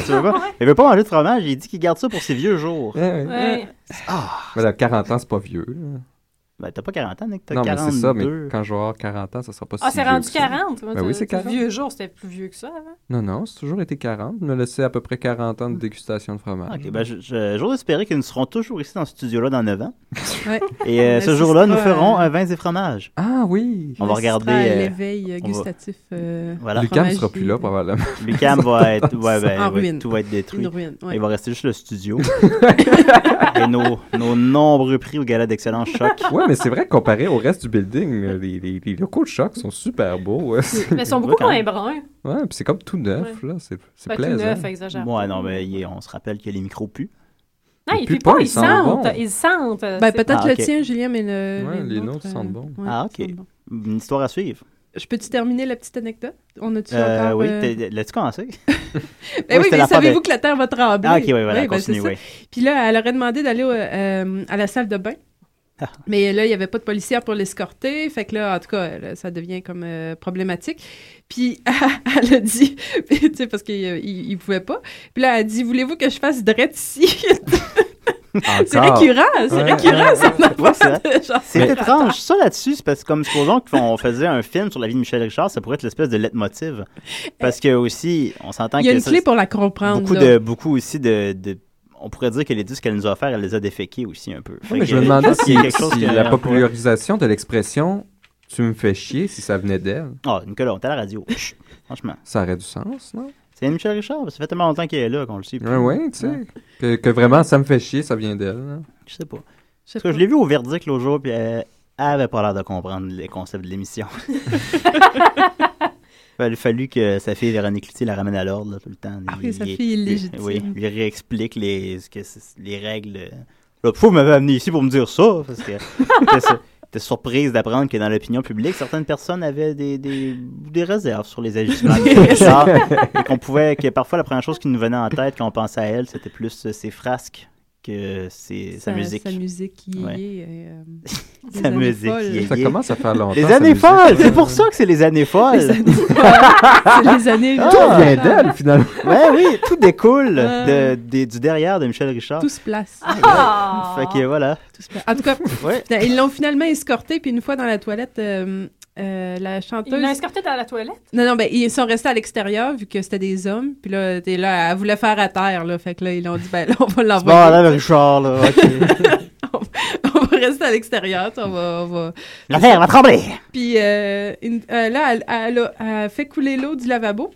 Tu veux pas? Il veut pas manger de fromage. Il dit qu'il garde ça pour ses vieux jours. Ouais, ouais. Ouais. Voilà, 40 ans, Ah, c'est pas vieux. là. Ben, t'as pas 40 ans, Nick. T'as Non, mais 42. c'est ça, mais quand je vais avoir 40 ans, ça sera pas si Ah, c'est vieux rendu que ça. 40. moi, Ben oui, t'as- c'est t'as 40. vieux jour, c'était plus vieux que ça. hein. avant. Non, non, c'est toujours été 40. Me laisser à peu près 40 ans de dégustation de fromage. Ok, ben, je- je- j'ose espérer que nous serons toujours ici dans ce studio-là dans 9 ans. Ouais. Et euh, On ce jour-là, nous assistera à- ferons un vins et fromage. Ah oui! On va assistera regarder, à euh, l'éveil euh, on va- gustatif. euh, Voilà. Luc- Lucam Bah, sera plus là, Fromagerie. probablement. Lucam va être. Ouais, ben, En va- ruine. tout va être détruit. une ruine. ouais. Il va rester juste le studio. et nos, nos nombreux prix au gala d'excellence choc. Ouais, mais c'est vrai que comparé au reste du building, euh, les, les- les locaux de choc sont super beaux. Ouais, c'est- Mais ils sont beaucoup quand moins même. bruns. ouais, puis c'est comme tout neuf, là. C'est c'est Pas tout plaisant. neuf, exagère. Ouais, non, mais il est- on se rappelle que les micros puent. Non, Ils ils puent puent pas, pas, ils ils sentent bon. sentent. Ils sentent. Ben, C'est- peut-être Ah, le ok. tien, Julien, mais le. Ouais, les nôtres euh, sentent bon. ouais, Ah, ils ok. sentent bon. Une histoire à suivre. Je peux-tu terminer la petite anecdote? On a-tu Euh, encore... oui, euh, t'es- l'as-tu commencé? Ben oui, c'était mais l'affaire de- savez-vous que la Terre va trembler? Ah, ok, oui, voilà, Ouais, ben, c'est continue, ça. oui. Puis là, elle aurait demandé d'aller au- euh, à la salle de bain. Ah. Mais là, il n'y avait pas de policière pour l'escorter. Fait que là, en tout cas, là, ça devient comme euh, problématique. Puis elle a dit, tu sais, parce qu'il ne il, il pouvait pas. Puis là, elle a dit Voulez-vous que je fasse drette ici C'est Encore. récurrent, c'est Ouais. récurrent, ça. Ah. Ouais, c'est vrai. Genre, C'est étrange, ça là-dessus, c'est parce que comme supposons qu'on faisait un film sur la vie de Michel Richard, ça pourrait être l'espèce de leitmotiv. Parce que aussi, on s'entend Il y a que une ça- clé pour la comprendre. beaucoup, là. de, beaucoup aussi de, de- On pourrait dire que les disques qu'elle nous a offert, elle les a déféqués aussi un peu. Fait Ouais, mais je que me demandais pense qu'il si, y a quelque chose si que- la popularisation de l'expression « tu me fais chier » si ça venait d'elle, Ah, Nicolas, on est à la radio. Chut, Franchement. ça aurait du sens, non? C'est Michel Richard, ça fait tellement longtemps qu'il est là qu'on le sait. plus. Ouais, ouais, tu sais. Que, que vraiment, ça me fait chier, ça vient d'elle. hein. Je sais pas. Je sais Parce que je pas. l'ai vu au verdict l'autre jour, puis euh, elle avait pas l'air de comprendre les concepts de l'émission. Il a fallu que sa fille Véronique Loutier la ramène à l'ordre là, tout le temps. Ah oui, sa Il- fille il- illégitime. Oui, lui réexplique les, ce que c'est- les règles. Là, pourquoi vous m'avez amené ici pour me dire ça? Parce que j'étais sur- j'étais surprise d'apprendre que dans l'opinion publique, certaines personnes avaient des, des, des réserves sur les agissements de Michel Richard. et qu'on pouvait, que parfois la première chose qui nous venait en tête quand on pensait à elle, c'était plus euh, ses frasques que c'est sa, musique. Sa musique qui Ouais. y est. euh, les Sa années musique folles. qui est- Ça commence à faire longtemps. Les sa années musique. folles! C'est pour ça que c'est les années Les folles! années Ah! folles. C'est les années. Tout vient d'elle, finalement. Ouais, oui, tout découle de- Euh. des- du derrière de Michel Richard. Tout se place. Ah! Fait que voilà. Tout se place. En tout cas, Ouais. ils l'ont finalement escorté, puis une fois dans la toilette, euh, euh, la Il l'a chanteuse. escorté dans la toilette. Non, non, ben, ils sont restés à l'extérieur, vu que c'était des hommes. Puis là, t'es là, elle voulait faire à terre, là. Fait que là, ils l'ont dit, ben là, on va Bon, hein? là, l'envoyer. le Richard, là, ok. on va rester à l'extérieur, tu sais, on va- on va... La terre va trembler! Puis euh, une- euh, là, elle, elle a- elle a fait couler l'eau du lavabo.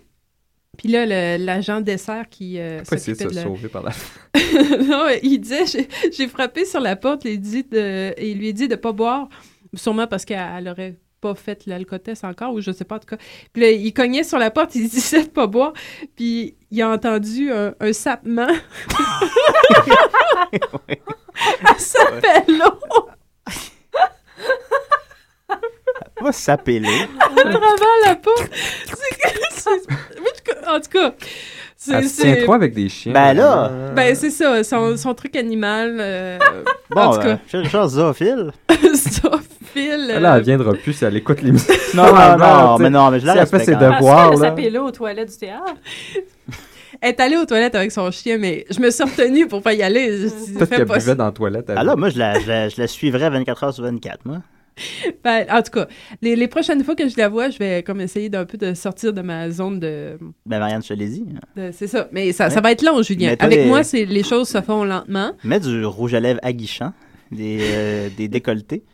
Puis là, le- l'agent dessert qui euh, Faut essayer de s'occupait se de la- sauver par là. non, il disait, j'ai- j'ai frappé sur la porte, il dit de- et il lui a dit de pas boire, sûrement parce qu'elle elle aurait pas fait l'alcotest encore, ou je sais pas, en tout cas. Puis là, il cognait sur la porte, il disait de pas boire, puis il a entendu un, un sapement. Elle s'appelle l'eau Va s'appeler. à travers la porte. C'est que- c'est- mais en tout cas- En tout cas, c'est... Elle se tient euh, c'est- trop avec des chiens. Ben là! Ben, c'est ça, son, son truc animal, euh, en Bon, tout euh, cas, Michel Richard, zoophile. zoophile, euh, Là, elle viendra plus si elle écoute les musiques. Non, Ah, non, non, non, tu mais sais, non, mais je la si elle fait respecte. hein. ses quand même. devoirs. Parce Voir, qu'elle là. s'appelait aux toilettes du théâtre. Elle est allée aux toilettes avec son chien, mais je me suis retenue pour pas y aller. Je me suis dit, Peut-être fais qu'elle pas ça. buvait dans la toilette. Ah là, moi, je la, je, la- je la suivrais 24 heures sur 24, moi. Ben, en tout cas, les, les prochaines fois que je la vois, je vais comme essayer d'un peu de sortir de ma zone de. Ben, Marianne Chalési. de- euh, c'est ça. Mais ça, ça va être long, Julien. Mais toi, Avec les- moi, c'est les choses se font lentement. Mets du rouge à lèvres aguichant, des, euh, des décolletés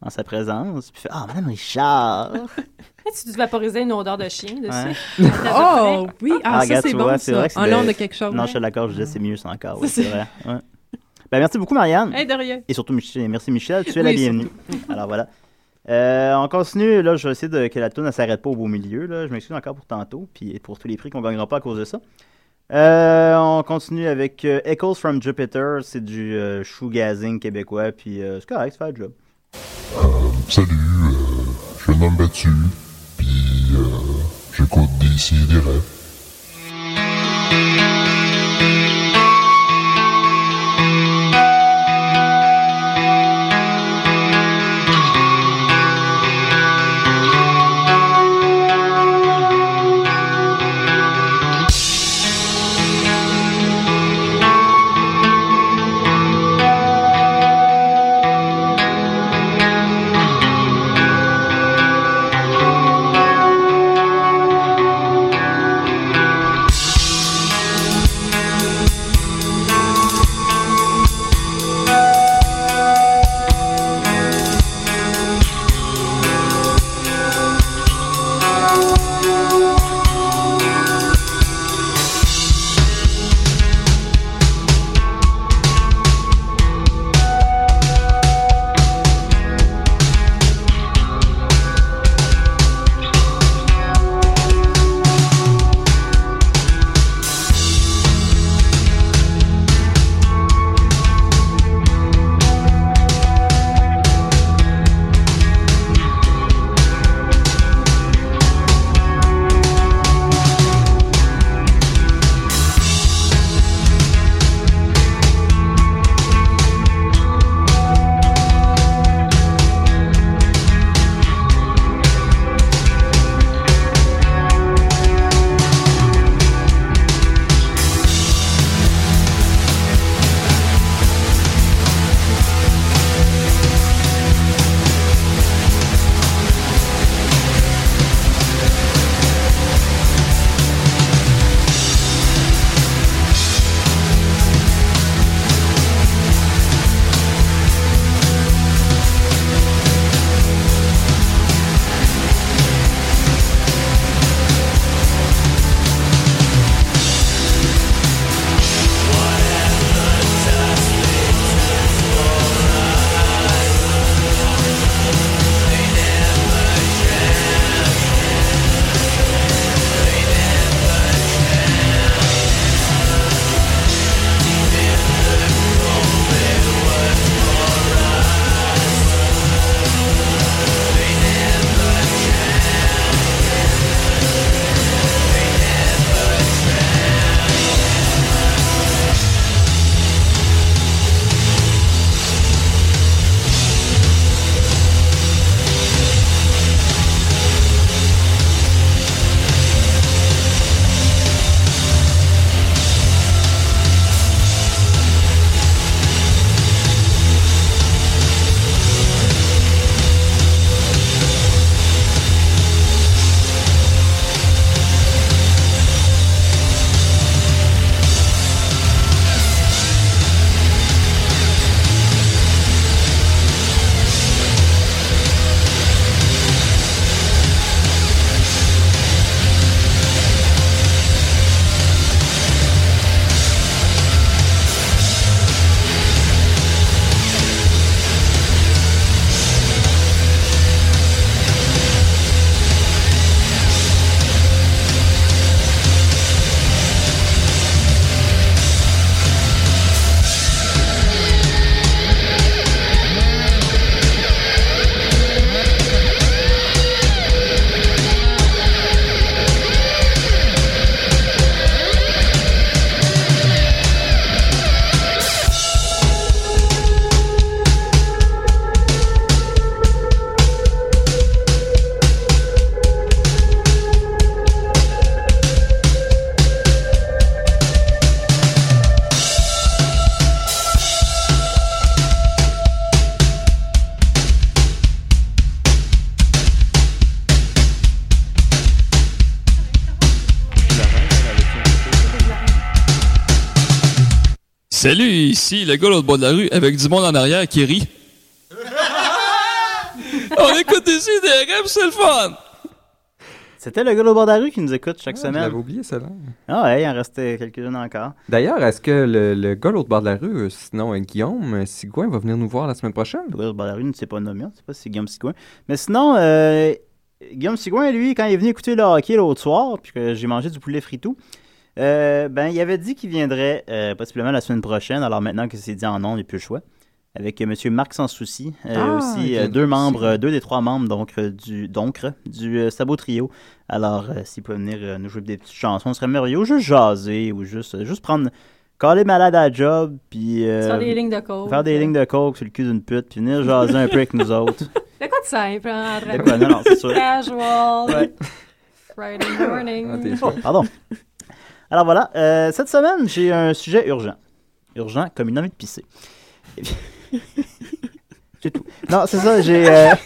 en sa présence. Puis fais Ah, Madame Richard! Ah, Tu te vaporisais une odeur de chien Ouais. dessus. Oh oui, ah, Ah, ça regarde, c'est tu bon vois, c'est ça. vrai que c'est En de- l'an de quelque chose. hein. Non, je suis d'accord, je disais c'est mieux, c'est encore. Oui, Ça, c'est c'est- vrai. ouais. Ben, merci beaucoup, Marianne. Hey, de rien. Et surtout, Michel- merci Michel, tu es la Oui, bienvenue. Alors voilà. Euh, on continue, là, je vais essayer de, que la tourne ne s'arrête pas au beau milieu. Là. Je m'excuse encore pour tantôt, puis pour tous les prix qu'on ne gagnera pas à cause de ça. Euh, on continue avec euh, Echoes from Jupiter, c'est du euh, shoegazing québécois, puis euh, c'est correct, c'est fait le job. Salut, euh, je suis un homme battu, puis euh, j'écoute d'ici des rêves. Thank Salut, ici le gars l'autre bord de la rue avec du monde en arrière qui rit. On écoute ici des rêves, c'est le fun! C'était le gars au bord de la rue qui nous écoute chaque semaine. l'avais oublié, celle-là. Ah ouais, il en restait quelques-unes encore. D'ailleurs, est-ce que le, le gars l'autre bord de la rue, euh, sinon euh, Guillaume euh, Sigouin, va venir nous voir la semaine prochaine? Le gars l'autre bord de la rue ne s'est pas nommé, on ne sait pas si c'est Guillaume Sigouin. Mais sinon, euh, Guillaume Sigouin, lui, quand il est venu écouter le hockey l'autre soir, puis que j'ai mangé du poulet fritou, euh, ben, il avait dit qu'il viendrait euh, possiblement la semaine prochaine. Alors maintenant que c'est dit en nom, il n'y a plus le choix. Avec euh, Monsieur Marc Sans Souci, euh, Ah, il aussi euh, viendra deux aussi. membres, euh, deux des trois membres donc euh, du donc euh, du euh, Sabot Trio. Alors euh, s'il peut venir euh, nous jouer des petites chansons, ce serait merveilleux. Ou Juste jaser ou juste euh, juste prendre caler malade à la job puis euh, Faire des lignes de coke. faire des lignes de coke sur le cul d'une pute puis venir jaser un peu avec nous autres. De quoi de simple, hein, André? De quoi, non, non, c'est sûr. Casual. Ouais. Friday morning. Oh, pardon. Alors voilà, euh, cette semaine, j'ai un sujet urgent. Urgent comme une envie de pisser. Eh bien, c'est tout. Non, c'est ça, j'ai... euh,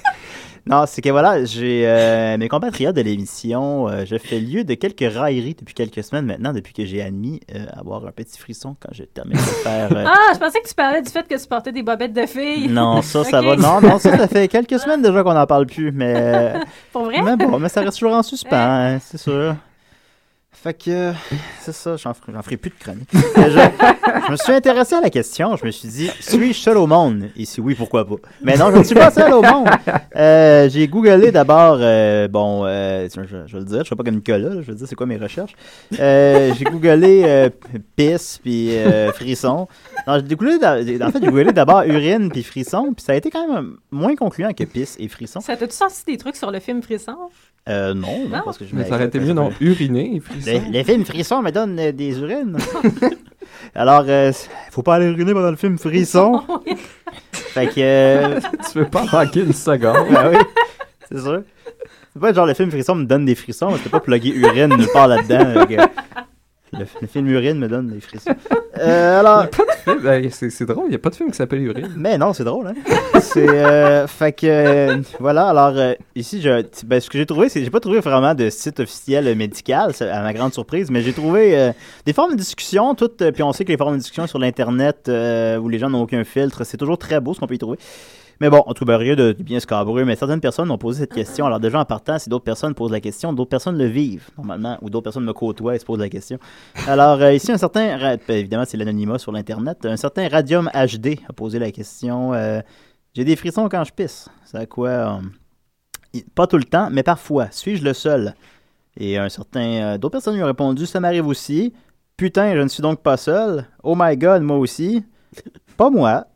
Non, c'est que voilà, j'ai euh, mes compatriotes de l'émission, euh, je fais lieu de quelques railleries depuis quelques semaines maintenant, depuis que j'ai admis euh, avoir un petit frisson quand je termine de faire... euh, Ah, je pensais que tu parlais du fait que tu portais des bobettes de filles. Non, ça, ça Ok. va. Non, non, ça, ça fait quelques semaines déjà qu'on n'en parle plus, mais. euh, Pour vrai? Mais bon, mais ça reste toujours en suspens, hein, c'est sûr. Fait que, c'est ça, j'en ferai, j'en ferai plus de chronique. Mais je, je me suis intéressé à la question, je me suis dit, suis-je seul au monde? Et si oui, pourquoi pas? Mais non, je ne suis pas seul au monde. Euh, j'ai googlé d'abord, euh, bon, euh, je, je- je vais le dire, je ne suis pas comme Nicolas, là, je vais dire c'est quoi mes recherches. Euh, j'ai googlé euh, pisse puis euh, frisson. Non, j'ai googlé, d'a- en fait, j'ai googlé d'abord urine puis frisson, puis ça a été quand même moins concluant que pisse et frisson. Ça t'a-tu sorti des trucs sur le film Frisson? Euh, non, non, Non. parce que je Mais m'ai- ça aurait été mieux, non, uriner et frisson. Le, le film Frisson me donne euh, des urines. Alors, euh, faut pas aller uriner pendant le film Frisson. fait que. euh, tu veux pas manquer une seconde. ben oui, c'est sûr. C'est pas genre le film Frisson me donne des frissons, mais c'est pas plugué urine nulle part là-dedans. Fait que Le, le film Urine me donne des frissons. Euh, alors. Ben, c'est c'est drôle, il n'y a pas de film qui s'appelle Urine. Mais non, c'est drôle, hein? c'est. euh, fait que. euh, voilà, alors, euh, ici, je, ben, ce que j'ai trouvé, c'est. J'ai pas trouvé vraiment de site officiel euh, médical, ça, à ma grande surprise, mais j'ai trouvé euh, des formes de discussion, toutes. euh, puis on sait que les formes de discussion sur l'Internet, euh, où les gens n'ont aucun filtre, c'est toujours très beau ce qu'on peut y trouver. Mais bon, on trouve rien de de bien scabreux, mais certaines personnes ont posé cette question. Alors, déjà en partant, si d'autres personnes posent la question, d'autres personnes le vivent, normalement, ou d'autres personnes me côtoient et se posent la question. Alors, euh, ici, un certain. ra- ben, évidemment, c'est l'anonymat sur l'Internet. Un certain Radium HD a posé la question euh, J'ai des frissons quand je pisse. C'est à quoi euh, i- Pas tout le temps, mais parfois. Suis-je le seul Et un certain. euh, d'autres personnes lui ont répondu Ça m'arrive aussi. Putain, je ne suis donc pas seul. Oh my god, moi aussi. Pas moi.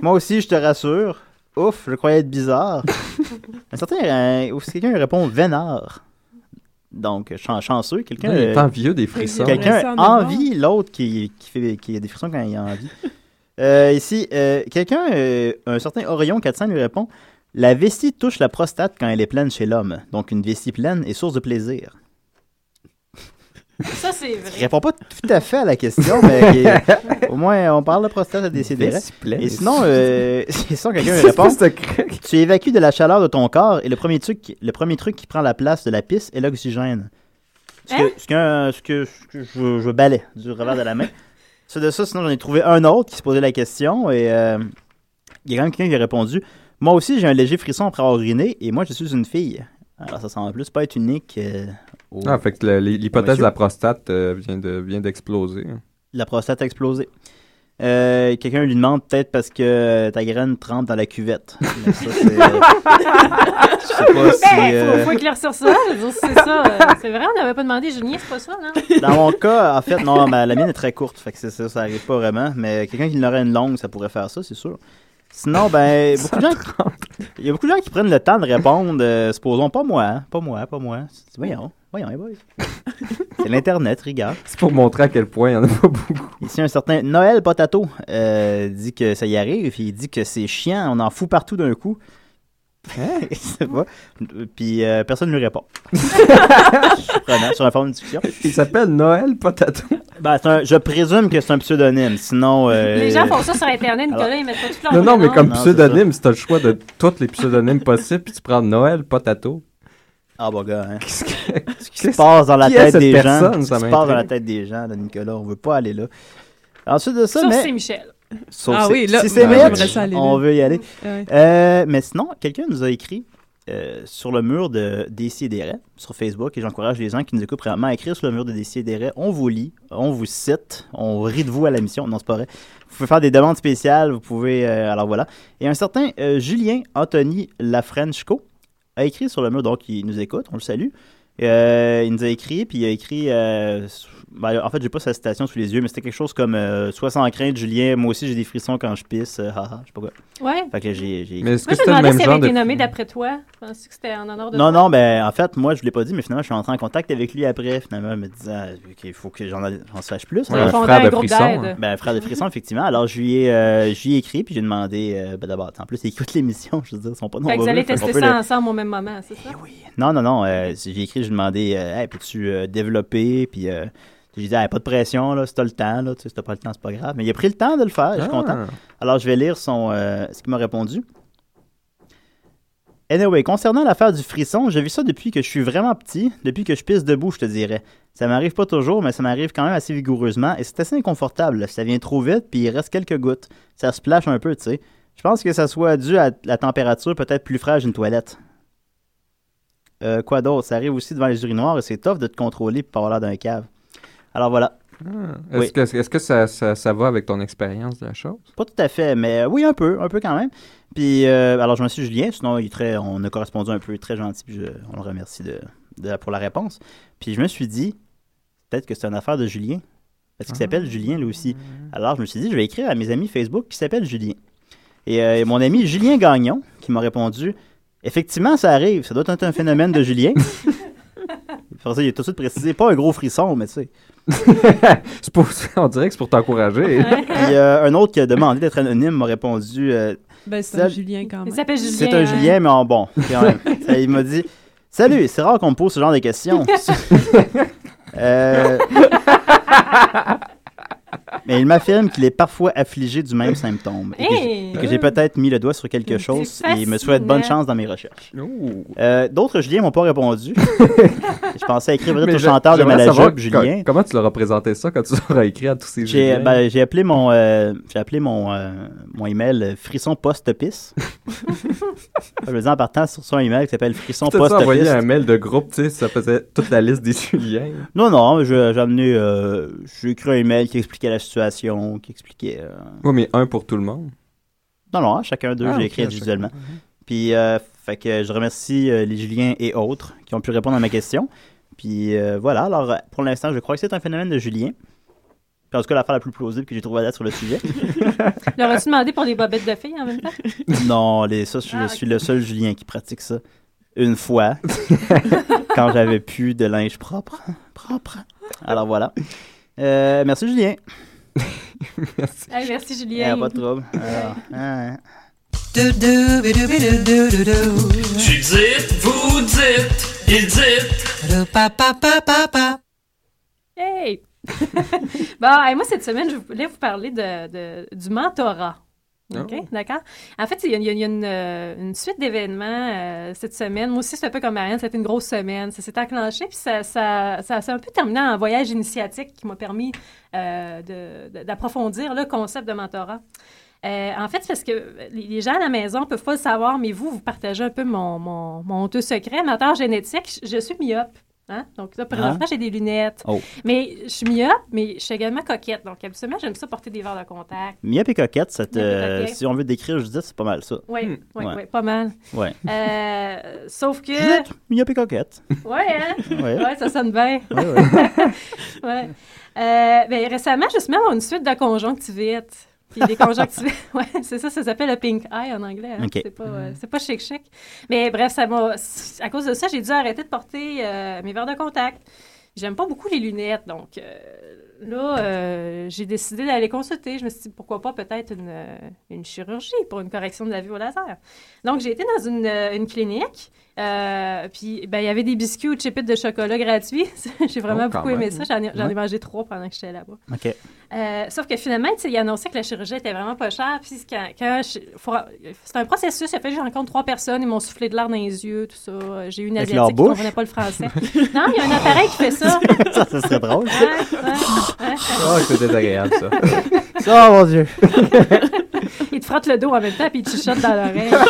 Moi aussi, je te rassure. Ouf, je croyais être bizarre. un certain. euh, aussi, quelqu'un répond Vénard. Donc, chan- chanceux, quelqu'un. Il est euh, envieux des frissons. Quelqu'un envie l'autre qui, qui, fait, qui a des frissons quand il a envie. Euh, ici, euh, quelqu'un, euh, un certain Orion400 lui répond La vessie touche la prostate quand elle est pleine chez l'homme. Donc, une vessie pleine est source de plaisir. Ça, c'est vrai. Il répond pas tout à fait à la question, mais qui est- au moins, on parle de prostate à décider. vessie pleine Et est sinon, source- euh, sinon quelqu'un lui C'est répond pas secret. Tu évacues de la chaleur de ton corps et le premier truc, le premier truc qui prend la place de la pisse est l'oxygène. Ce que, Hein? ce qu'un- ce que, ce que je, je balais du revers de la main. C'est de ça, sinon j'en ai trouvé un autre qui se posait la question et euh, il y a quand même quelqu'un qui a répondu Moi aussi j'ai un léger frisson après avoir uriné et moi je suis une fille. Alors ça semble plus pas être unique. euh, au- Ah, fait que le- l'hypothèse de Monsieur. la prostate euh, vient de- vient d'exploser. la prostate a explosé. Euh, Quelqu'un lui demande peut-être parce que ta graine trempe dans la cuvette. Mais ça, c'est- euh, je sais pas si. Ben, faut, euh, faut éclaircir ça. Je veux dire, c'est ça. euh, c'est vrai, on n'avait pas demandé. Je niaise pas ça, non? Dans mon cas, en fait, non, ma- la mienne est très courte, fait que c'est ça, ça arrive pas vraiment. Mais quelqu'un qui en aurait une longue, ça pourrait faire ça, c'est sûr. Sinon, ben, beaucoup de gens, il y a beaucoup de gens qui prennent le temps de répondre. euh, supposons pas moi, hein, pas moi, pas moi. C'est- Voyons, voyons, les boys. C'est l'internet, regarde. C'est pour montrer à quel point il n'y en a pas beaucoup. Ici, un certain Noël Potato euh, dit que ça y arrive, puis il dit que c'est chiant, on en fout partout d'un coup. Je sais pas. Puis euh, personne ne lui répond. Surprenant, sur la forme de discussion. Il s'appelle Noël Potato. Ben, c'est un- je présume que c'est un pseudonyme, sinon. euh, Les gens font ça sur Internet, Nicolas. alors- ils mettent pas tout leur Non, non, mais nom. comme Non, c'est pseudonyme, si t'as le choix de tous les pseudonymes possibles, puis tu prends Noël Potato. Ah, bah, gars, hein. Qu'est-ce que- Ce qui se passe dans la qui est tête cette des gens. personne, Ce qui ça se passe dans la m'intrigue. tête des gens, de Nicolas. On veut pas aller là. Ensuite de ça, Sauf mais... c'est Michel. Sauf Ah c'est- oui, là, si c'est moi, Mitch, j'aimerais ça aller là. on veut y aller. Ouais. Euh, mais sinon, quelqu'un nous a écrit euh, sur le mur de Décideret sur Facebook, et j'encourage les gens qui nous écoutent vraiment à écrire sur le mur de Décideret. On vous lit, on vous cite, on rit de vous à la mission. Non, c'est pas vrai. Vous pouvez faire des demandes spéciales, vous pouvez. euh, alors voilà. Et un certain euh, Julien Anthony Lafrenchko a écrit sur le mur, donc il nous écoute, on le salue. Euh, il nous a écrit, puis il a écrit. euh, ben, en fait, j'ai pas sa citation sous les yeux, mais c'était quelque chose comme euh, Sois sans crainte, Julien, moi aussi j'ai des frissons quand je pisse, euh, haha, je sais pas quoi. Ouais. Fait que là, j'ai. j'ai- Mais est-ce Moi, je me demandais si elle avait été nommée d'après toi. Je pensais que c'était en honneur de Non, toi. non, ben en fait, moi je l'ai pas dit, mais finalement je suis entré en contact avec lui après, finalement, me disant ah, il faut que j'en j'en sache plus. hein. Ouais, un Fondant frère un de groupe frisson, d'aide. hein. Ben, un frère de frisson, effectivement. Alors je lui ai, euh, je lui ai écrit, puis j'ai demandé. euh, ben d'abord, en plus, il écoute l'émission, je veux dire, ils sont pas Fait que nombreux. vous allez fait qu'on tester peut ça le- Eh ensemble au même moment, c'est ça? Oui. Non, non, non. euh, j'ai écrit, j'ai demandé, euh, Hey, peux-tu euh, développer? Puis euh, j'ai dit, Hey, pas de pression, là, si t'as le temps, là, tu sais, si t'as pas le temps, c'est pas grave. Mais il a pris le temps de le faire, je suis Ah. content. Alors, je vais lire son, euh, ce qu'il m'a répondu. Anyway, concernant l'affaire du frisson, j'ai vu ça depuis que je suis vraiment petit, depuis que je pisse debout, je te dirais. Ça m'arrive pas toujours, mais ça m'arrive quand même assez vigoureusement et c'est assez inconfortable. Ça vient trop vite, puis il reste quelques gouttes. Ça se plâche un peu, tu sais. Je pense que ça soit dû à la température peut-être plus fraîche d'une toilette. Euh, quoi d'autre? Ça arrive aussi devant les urinoirs et c'est tough de te contrôler pour pas avoir l'air d'un cave. Alors voilà. Est-ce Oui. que, est-ce que ça, ça- ça va avec ton expérience de la chose? Pas tout à fait, mais euh, oui, un peu, un peu quand même. Puis, euh, alors, je suis Julien, sinon, il est très, on a correspondu un peu, très gentil, puis je- on le remercie de, de- pour la réponse. Puis, je me suis dit, peut-être que c'est une affaire de Julien, parce qu'il s'appelle Julien, lui aussi. Alors, je me suis dit, je vais écrire à mes amis Facebook qui s'appellent Julien. Et, euh, et mon ami Julien Gagnon, qui m'a répondu, effectivement, ça arrive, ça doit être un phénomène de Julien. C'est Pour ça, il a tout de suite précisé, pas un gros frisson, mais tu sais. C'est pour- on dirait que c'est pour t'encourager. Puis, euh, un autre qui a demandé d'être anonyme m'a répondu, euh, Ben, c'est Ça- un Julien quand même. Il s'appelle Julien. Ah, C'est un Julien, mais en bon, quand même. Ça, il m'a dit Salut, c'est rare qu'on me pose ce genre de questions. Euh, Mais il m'affirme qu'il est parfois affligé du même symptôme. Et que j'ai- Hey! et que j'ai peut-être mis le doigt sur quelque chose et me souhaite bonne fascinant. chance dans mes recherches. Euh, D'autres Julien m'ont pas répondu. je pensais écrire Mais le je- chanteur de j'aimerais Malajob, savoir Julien. co- Comment tu leur as présenté ça quand tu auras écrit à tous ces J'ai Juliens? ben, j'ai appelé mon euh, j'ai appelé mon euh, mon email euh, frisson post pisse. je me dis en partant sur son email qui s'appelle frisson Tu as post envoyé un mail de groupe, tu sais, ça faisait toute la liste des Juliens. Non non, je- j'ai amené euh, j'ai écrit un email qui expliquait la situation, qui expliquait euh, Oui, mais un pour tout le monde. non non, à chacun d'eux, Ah, j'ai ok, écrit à individuellement. Puis euh, fait que je remercie euh, les Juliens et autres qui ont pu répondre à ma question. Puis euh, voilà, alors euh, pour l'instant, je crois que c'est un phénomène de Julien. Puis en tout cas, l'affaire la plus plausible que j'ai trouvée à date sur le sujet. Leur as-tu demandé pour des bobettes de filles en même temps? Non, les, ça, je, je suis le seul Julien qui pratique ça. Une fois, quand j'avais plus de linge propre. Propre. Alors voilà. Euh, merci Julien. Hey, merci Julien. Ah, pas de trouble. Alors, ah, Tu dites, vous dites, ils dites. Hey! bon, hey, moi, cette semaine, je voulais vous parler de, de- du mentorat. OK, Oh. d'accord. En fait, il y a, il y a- il y a une, euh, une suite d'événements euh, cette semaine. Moi aussi, c'est un peu comme Marianne, c'était une grosse semaine. Ça s'est enclenché, puis ça, ça, ça, s'est un peu terminé en voyage initiatique qui m'a permis euh, de- de- d'approfondir le concept de mentorat. Euh, en fait, c'est parce que les les gens à la maison ne peuvent pas le savoir, mais vous, vous partagez un peu mon, mon, mon honteux secret. Mentor génétique, je, je suis myope. Hein? Donc là, présentement, Ah. j'ai des lunettes. Oh. Mais je suis myope, mais je suis également coquette. Donc, habituellement, j'aime ça porter des verres de contact. Miep et coquette, ça te- Miep et coquette. si on veut décrire, je dis c'est pas mal ça. Oui, oui, Hmm, Ouais. oui, pas mal. Ouais. Euh, sauf que. Miep et coquette. Ouais, hein? Ouais. Ouais, ça sonne bien. Ouais, ouais. Ouais. Euh, ben, récemment, justement, on a une suite de conjonctivites. Puis des conjonctivites, ouais, c'est ça, ça s'appelle le pink eye en anglais. hein. OK. C'est pas, euh, c'est pas chic chic. Mais bref, ça m'a, à cause de ça, j'ai dû arrêter de porter euh, mes verres de contact. J'aime pas beaucoup les lunettes, donc euh, là, euh, j'ai décidé d'aller consulter. Je me suis dit, pourquoi pas peut-être une, euh, une chirurgie pour une correction de la vue au laser. Donc, j'ai été dans une, euh, une clinique, euh, puis ben, il y avait des biscuits ou chipites de chocolat gratuits. j'ai vraiment Oh, quand beaucoup même. aimé ça. J'en ai, j'en ai Ouais. mangé trois pendant que j'étais là-bas. OK. Euh, sauf que finalement, tu sais, il annonçait que la chirurgie était vraiment pas chère. Puis quand, quand je- faut- c'est un processus, ça fait que je rencontre trois personnes, ils m'ont soufflé de l'air dans les yeux, tout ça. J'ai eu une Avec leur asiatique qui bouche? comprenait pas le français. non, il y a un appareil qui fait ça. ça, ça serait drôle. ça. Ouais, ouais, ouais. Ah, c'est désagréable, ça. Ça, oh, mon Dieu. il te frotte le dos en même temps, puis il te chuchote dans l'oreille. ça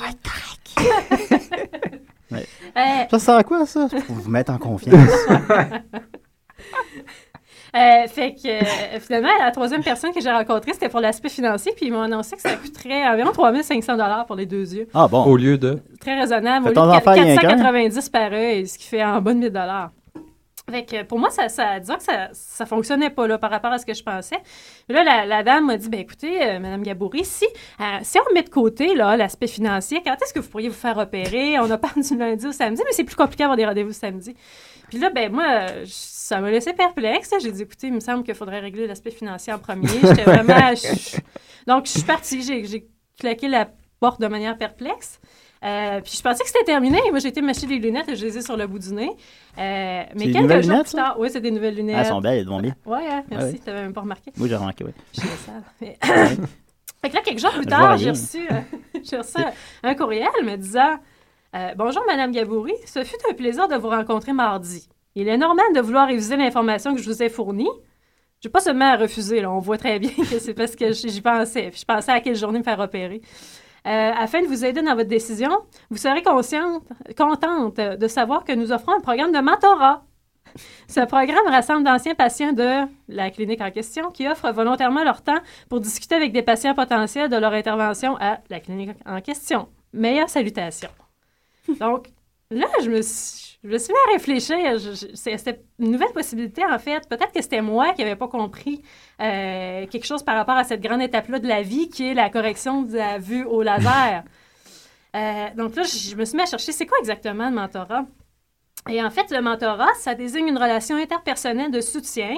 va être correct. Ouais. Euh, Ça sert à quoi, ça? C'est Pour vous mettre en confiance. Euh, fait que euh, finalement, la troisième personne que j'ai rencontrée, c'était pour l'aspect financier, puis ils m'ont annoncé que ça coûterait environ 3500 dollars pour les deux yeux. Ah bon. Au lieu de. Très raisonnable. Au Fait lieu ton de affaire, il y a un 490 par œil, ce qui fait en bonne 1000 dollars. Fait que pour moi, ça, ça, disons que ça, ça fonctionnait pas là, par rapport à ce que je pensais. Mais Là, la, la dame m'a dit, ben écoutez, euh, Madame Gabouri, si, euh, si on met de côté là, l'aspect financier, quand est-ce que vous pourriez vous faire opérer? On a pas du lundi au samedi, mais c'est plus compliqué d'avoir des rendez-vous samedi. Puis là, ben moi, euh, je- ça m'a laissé perplexe. J'ai dit, écoutez, il me semble qu'il faudrait régler l'aspect financier en premier. J'étais vraiment... je- donc, je suis partie. J'ai, j'ai claqué la porte de manière perplexe. Euh, puis je pensais que c'était terminé. Moi, j'ai été m'acheter des lunettes et je les ai sur le bout du nez. Euh, mais C'est des quelques nouvelles jours lunettes, plus tard... Oui, c'est des nouvelles lunettes. Ah, Elles sont belles, elles vont bien. Ouais, hein, merci. Ah oui. T'avais même pas remarqué. Moi, j'ai remarqué, oui. Je suis sale. Mais- fait que là, quelques jours plus Je vois tard, j'ai rien. reçu, euh, j'ai reçu un, un courriel me disant euh, Bonjour, Madame Gabouri, ce fut un plaisir de vous rencontrer mardi. Il est normal de vouloir réviser l'information que je vous ai fournie. Je n'ai pas seulement à refuser, là, on voit très bien que c'est parce que j'y j'y pensais. Puis je pensais à quelle journée me faire opérer. Euh, afin de vous aider dans votre décision, vous serez consciente, contente de savoir que nous offrons un programme de mentorat. Ce programme rassemble d'anciens patients de la clinique en question qui offrent volontairement leur temps pour discuter avec des patients potentiels de leur intervention à la clinique en question. Meilleure salutation. Donc, là, je me suis, je me suis mis à réfléchir. Je- je- c'est- C'était une nouvelle possibilité, en fait. Peut-être que c'était moi qui n'avais pas compris euh, quelque chose par rapport à cette grande étape-là de la vie qui est la correction de la vue au laser. Euh, donc là, je je me suis mis à chercher, c'est quoi exactement le mentorat? Et en fait, le mentorat, ça désigne une relation interpersonnelle de soutien,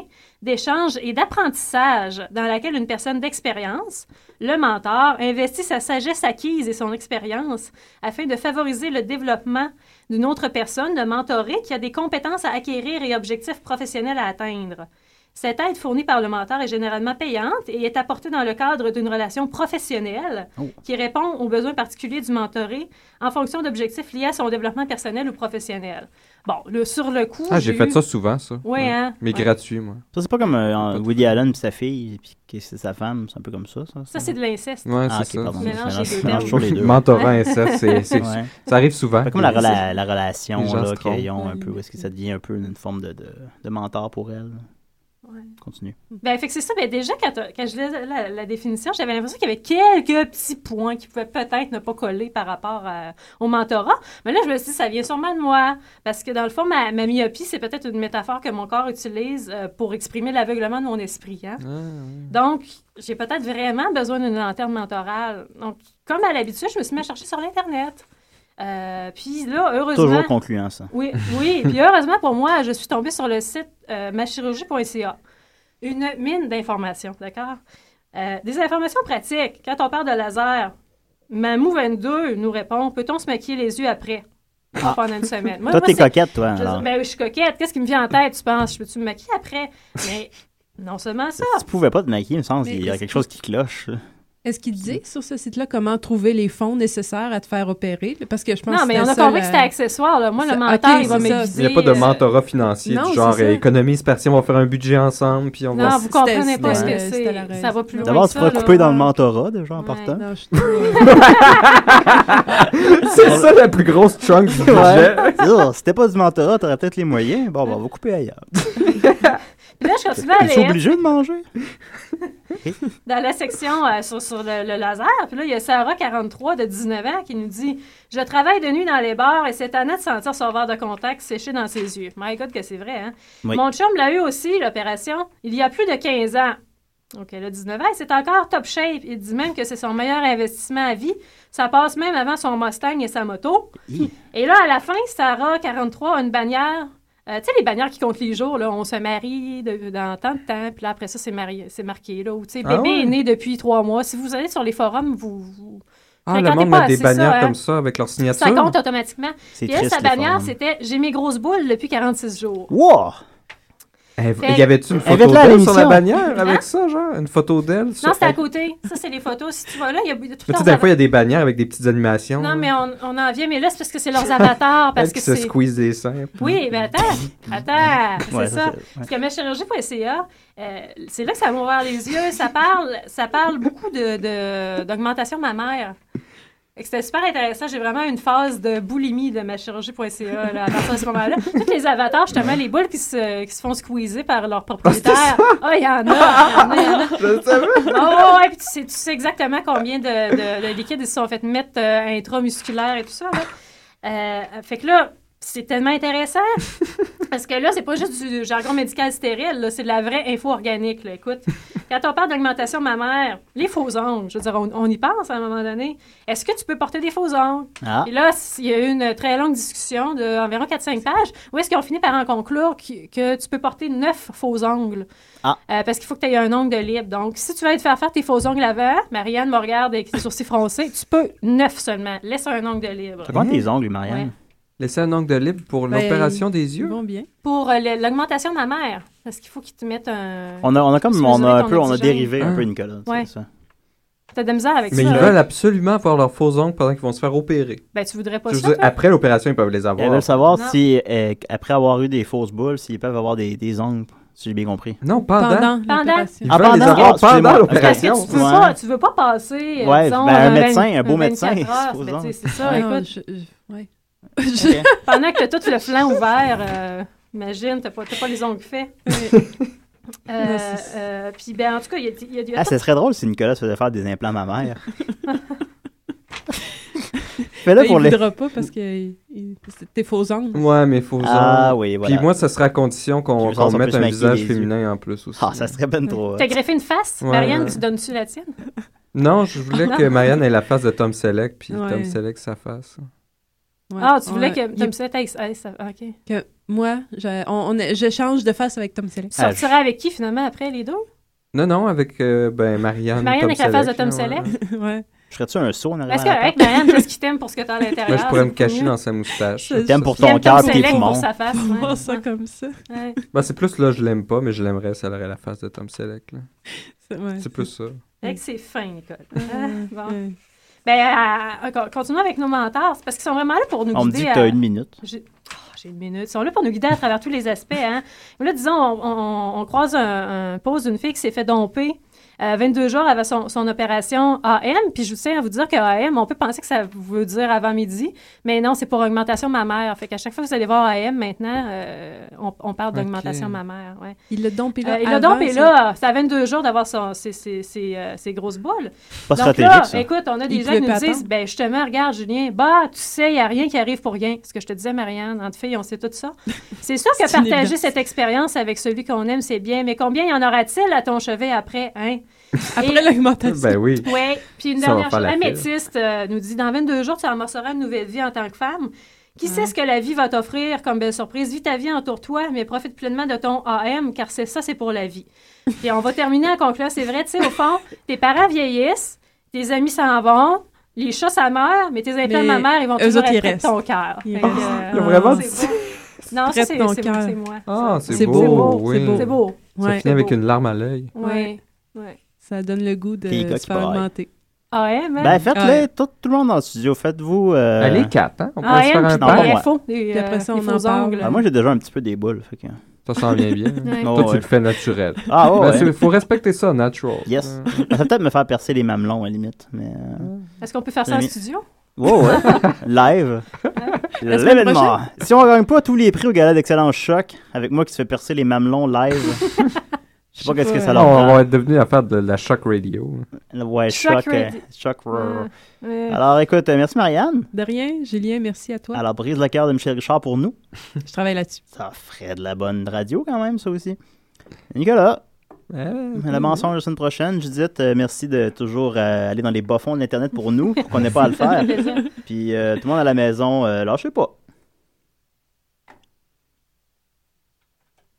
d'échange et d'apprentissage dans laquelle une personne d'expérience, le mentor, investit sa sagesse acquise et son expérience afin de favoriser le développement d'une autre personne, le mentoré, qui a des compétences à acquérir et objectifs professionnels à atteindre. Cette aide fournie par le mentor est généralement payante et est apportée dans le cadre d'une relation professionnelle Oh. qui répond aux besoins particuliers du mentoré en fonction d'objectifs liés à son développement personnel ou professionnel. Bon, le, sur le coup. Ah, j'ai fait eu- ça souvent, ça. Oui, hein. Mais Ouais. gratuit, moi. Ça, c'est pas comme euh, en- Woody Allen et sa fille, puis que c'est sa femme, c'est un peu comme ça, ça. Ça, c'est de l'inceste. Ouais, Ah, c'est ok, ça. pardon. Tu mélanges Je les mélange- je deux mélange termes. toujours les deux. Mentorat, Ouais. inceste, c'est- c'est- Ouais. ça arrive souvent. Fait comme la, Mais rela- c'est- la relation les gens là, se trompent. qu'ils ont un peu, où est-ce que ça devient un peu une forme de, de, de mentor pour elle. Ouais. Continue. Ben, fait que c'est ça. Ben, déjà, quand, euh, quand je lisais la, la définition, j'avais l'impression qu'il y avait quelques petits points qui pouvaient peut-être ne pas coller par rapport à- au mentorat. Mais là, je me suis dit, ça vient sûrement de moi. Parce que dans le fond, ma, ma myopie, c'est peut-être une métaphore que mon corps utilise euh, pour exprimer l'aveuglement de mon esprit. hein. Mm. Ah, Donc, j'ai peut-être vraiment besoin d'une lanterne mentorale. Donc, comme à l'habitude, je me suis mis à chercher sur l'Internet. Euh, puis là, heureusement... Toujours concluant, ça. Oui, oui. Puis heureusement pour moi, je suis tombée sur le site euh, machirurgie.ca. Une mine d'informations, d'accord? Euh, des informations pratiques. Quand on parle de laser, Mamou22 nous répond peut-on se maquiller les yeux après? Pendant une semaine. Moi, Ah. toi, moi, t'es c'est- coquette, toi. je, Alors. ben, oui, je suis coquette. Qu'est-ce qui me vient en tête, tu penses? Je peux-tu me maquiller après? Mais non seulement ça. Tu pouvais pas te maquiller, il me semble. Mais Il y a est-ce quelque chose qui cloche. Est-ce qu'il dit sur ce site-là comment trouver les fonds nécessaires à te faire opérer? Parce que je pense Non, mais c'était on a ça, compris la- que c'était accessoire. là. Moi, Ça- le mentor, ok, il va c'est ça. me Ah, euh, Il euh, n'y a pas de mentorat financier, non, du genre c'est ça. euh, économise par-ci, on va faire un budget ensemble, puis on Non, va. vous C'était- comprenez pas ce que c'était- c'était la c'est. raison. Ça va plus loin. D'abord, que tu pourras ça, là. couper dans le mentorat, déjà, en Ouais. partant. Non, je- C'est ça la plus grosse chunk du budget. Oh, C'était pas du mentorat, t'aurais peut-être les moyens. Bon, ben, on va couper ailleurs. Puis là, je continue à Tu es lire obligé de manger. dans la section euh, sur, sur le, le laser. Puis là, il y a Sarah43 de 19 ans qui nous dit « Je travaille de nuit dans les bars et c'est année de sentir son verre de contact séché dans ses yeux. » My God, que c'est vrai, hein? Oui. Mon chum l'a eu aussi, l'opération, il y a plus de 15 ans. OK, là, 19 ans, et c'est encore top shape. Il dit même que c'est son meilleur investissement à vie. Ça passe même avant son Mustang et sa moto. Hi. Et là, à la fin, Sarah, 43, a une bannière. Euh, tu sais, les bannières qui comptent les jours, là, on se marie de- dans tant de temps, puis là, après ça, c'est marié- c'est marqué, là. Ou, tu sais, bébé Ah ouais? est né depuis trois mois. Si vous allez sur les forums, vous... vous- Ah, le Fréquentez monde pas a des assez ça, bannières hein. comme ça avec leur signature. ça compte automatiquement. C'est Puis elle, triste. sa les bannière, forums. c'était « J'ai mes grosses boules depuis 46 jours ». Wow! Elle- Fait- Eh, y avait-tu une photo Elle va être là à d'elle sur la l'émission. bannière avec Hein? ça, genre? Une photo d'elle? Non, sur- c'est à côté. Ça, c'est les photos. Si tu vas là, il y a tout Mais tu sais, leurs des fois, il y a avatars. des bannières avec des petites animations. Non, mais on, on en vient, mais là, c'est parce que c'est leurs avatars. parce Elle que qui se c'est- squeeze les seins. Oui, mais attends, attends, c'est Ouais, ça, ça. c'est- ouais. Parce que ma chirurgie.ca, euh, c'est là que ça m'a ouvert les yeux. Ça parle, ça parle beaucoup de- de- d'augmentation de, mammaire. Fait que C'était super intéressant. J'ai vraiment une phase de boulimie de ma chirurgie.ca là, à partir de ce moment-là. Tous les avatars, justement, les boules qui se, qui se font squeezer par leurs propriétaires. Ah, il y en a! il y en a, il y en a. Ah ouais, ouais, puis tu sais, tu sais exactement combien de, de, de liquides ils se sont fait mettre euh, intramusculaire et tout ça. là. Euh, fait que là, c'est tellement intéressant. Parce que là, c'est pas juste du jargon médical stérile, là, c'est de la vraie info organique. là. Écoute, quand on parle d'augmentation mammaire, les faux ongles, je veux dire, on, on y pense à un moment donné. Est-ce que tu peux porter des faux ongles? Ah. Et là, s- il y a eu une très longue discussion d'environ 4-5 pages où est-ce qu'on finit par en conclure qui- que, tu peux porter 9 faux ongles. Ah. Euh, parce qu'il faut que tu aies un ongle de libre. Donc, si tu veux te faire faire tes faux ongles avant, Marianne me regarde avec ses sourcils froncés, tu peux 9 seulement. Laisse un ongle de libre. ongles, Marianne? Ouais. Laisser un ongle de libre pour Ben, l'opération des yeux. bien. Pour euh, le- l'augmentation de ma mère. Parce qu'il faut qu'ils te mettent un. On a, on a comme, Se on a mesurer un ton peu, on a oxygène. dérivé un Ah. peu, Nicolas. tu sais, Ouais. ça. T'as de la misère avec Mais ça. ils hein? veulent absolument avoir leurs faux ongles pendant qu'ils vont se faire opérer. Ben, tu voudrais pas Je veux ça. dire, toi? après l'opération, ils peuvent les avoir. Ils veulent savoir Non. si, euh, après avoir eu des fausses boules, s'ils peuvent avoir des, des ongles, si j'ai bien compris. Non, Pendant. Pendant. Ils veulent les avoir pendant avoir pendant Parce que l'opération. tu veux, Ouais. pas, tu veux pas passer. euh, Ouais, disons, ben, un vingt- médecin, un beau 24 médecin, heures, supposons. ben, tu sais, c'est ça, Ah, écoute. je- je- ouais. Pendant que t'as tout le flanc ouvert, euh, imagine, t'as pas, t'as pas les ongles faits. Euh, euh, Puis, ben, en tout cas, il y a, il y a- il y a Ah, tout- ce serait drôle si Nicolas se faisait faire des implants mammaires. Mais là, Ben, pour il les. voudra pas parce que il- il- c'est tes faux ongles. Ouais, mais faux ongles. Ah oui, voilà. Puis moi, ça sera à condition qu'on Comme ça, qu'on on mette peut se un maquiller visage les yeux. féminin en plus aussi. Ah, ça serait ben trop. T'as greffé une face, Ouais. Marianne, tu donnes-tu la tienne? Non, je voulais que Marianne ait la face de Tom Selleck, puis Ouais. Tom Selleck sa face. Ah, tu voulais que Ouais. Tom Selleck aille- aille- ça- OK. Que moi, je, on, on- je change de face avec Tom Selleck. Tu Ah, sortiras avec qui, finalement, après, les deux? Non, non, avec euh, ben, Marianne. Marianne Tom avec la face de Selleck, Tom là, ouais. Selleck? ouais. Ferais-tu un saut en arrière? Est-ce que, avec Marianne, qu'est-ce qu'il t'aime pour ce que t'as à l'intérieur? Moi, Ben, je pourrais me Ah, C'est cacher mieux. dans sa moustache. Je- T'aimes pour Il aime ton cœur Tom et tes Selleck pour poumons. sa face. ouais. Voir ça comme ça. Ouais. Ben, c'est plus là, je l'aime pas, mais je l'aimerais si elle aurait la face de Tom Selleck. là. C'est ouais. C'est plus ça. Fait que c'est fin, Nicole. Ah, Ouais. bon. Ouais. Ben, euh, encore- continuons avec nos mentors. C'est parce qu'ils sont vraiment là pour nous On me guider. dit que à- t'as une minute. J'ai oh, j'ai une minute. Ils sont là pour nous guider à travers tous les aspects. Hein. Mais Là, disons, on, on- on croise un, un pose d'une fille qui s'est fait domper euh, 22 jours avant son, son opération AM. Puis je vous tiens à vous dire que AM, on peut penser que ça veut dire avant midi, mais non, c'est pour augmentation mammaire. Fait qu'à chaque fois que vous allez voir AM maintenant, euh, on, on parle Ok. d'augmentation mammaire. Ouais. Il l'a dompé là. Euh, et le avant, dompe est ça. là. C'est à 22 jours d'avoir son- ses, ses- ses, euh, ses grosses boules. Pas Donc stratégique, là, ça. écoute, on a des Il gens pouvait qui nous pas disent, attendre. ben justement, regarde, Julien, bah, tu sais, il n'y a rien qui arrive pour rien. Ce que je te disais, Marianne, entre filles, on sait tout ça. C'est sûr que C'est une partager évidence. cette expérience avec celui qu'on aime, c'est bien, mais combien y en aura-t-il à ton chevet après, hein? Après l'augmentation. Ben oui. Oui, puis une Ça, on va dernière faire chose, la file. Améthyste euh, nous dit, dans 22 jours, tu amorceras une nouvelle vie en tant que femme. Qui Hein? sait ce que la vie va t'offrir comme belle surprise? Vis ta vie, entoure-toi, mais profite pleinement de ton AM, car c'est ça, c'est pour la vie. Puis on va terminer en concluant. C'est vrai, tu sais, au fond, tes parents vieillissent, tes amis s'en vont, les chats, ça meurt, mais tes implants, Mais ma mère, ils vont eux toujours autres, ils être près de restent. ton cœur. Ils Fait que, restent. euh, Ils ont vraiment dit- c'est beau. Non, ça, Près de c'est ton c'est- cœur. c'est moi. Ah, Ça. c'est C'est beau, beau, oui. c'est beau. C'est beau. Ça Ouais. finit avec beau. une larme à l'œil. Oui. Ouais. Ça donne le goût de Puis les gars se qui faire braillent. augmenter. AM, hein? Ben, faites-le, Ouais. tout, tout le monde dans le studio. Faites-vous. euh, Allez, quatre, hein? On peut se faire AM, un puis Non, pas des pack. moi. faux. Des, Puis après euh, ça, des on faux en parle. ongles. ah, moi, j'ai déjà un petit peu des boules. fait que- Ça sent bien bien. hein. Ouais. Oh, Toi, tu ouais. le fais naturel. Ah, ouais, Ben, ouais. c'est- faut respecter ça, natural. Yes. Euh, Ça va peut-être me faire percer les mamelons, à la limite. Mais... euh, Est-ce qu'on peut faire ça en J'ai mis- studio? Wow, ouais. Live. La semaine L'événement. Si on gagne pas tous les prix au gala d'excellence choc, avec moi qui se fait percer les mamelons live, je sais pas qu'est-ce que ça on leur on prend. va être devenu à faire de la shock radio. Ouais, Choc choc. euh, ready. Choc. rrr. Ouais. Alors, écoute, euh, merci Marianne. De rien, Julien, merci à toi. Ah. Alors, brise le cœur de Michel Richard pour nous. Je travaille là-dessus. Ça ferait de la bonne radio quand même, ça aussi. Nicolas, Eh, Mhm. la mention la semaine prochaine. Judith, euh, merci de toujours euh, aller dans les bas-fonds de l'Internet pour nous, pour qu'on n'ait pas à le faire. Puis euh, tout le monde à la maison, euh, lâchez pas.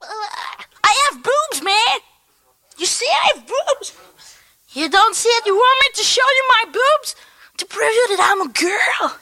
I have boobs, man. You see, I have boobs. You don't see it? You want me to show you my boobs to prove you that I'm a girl?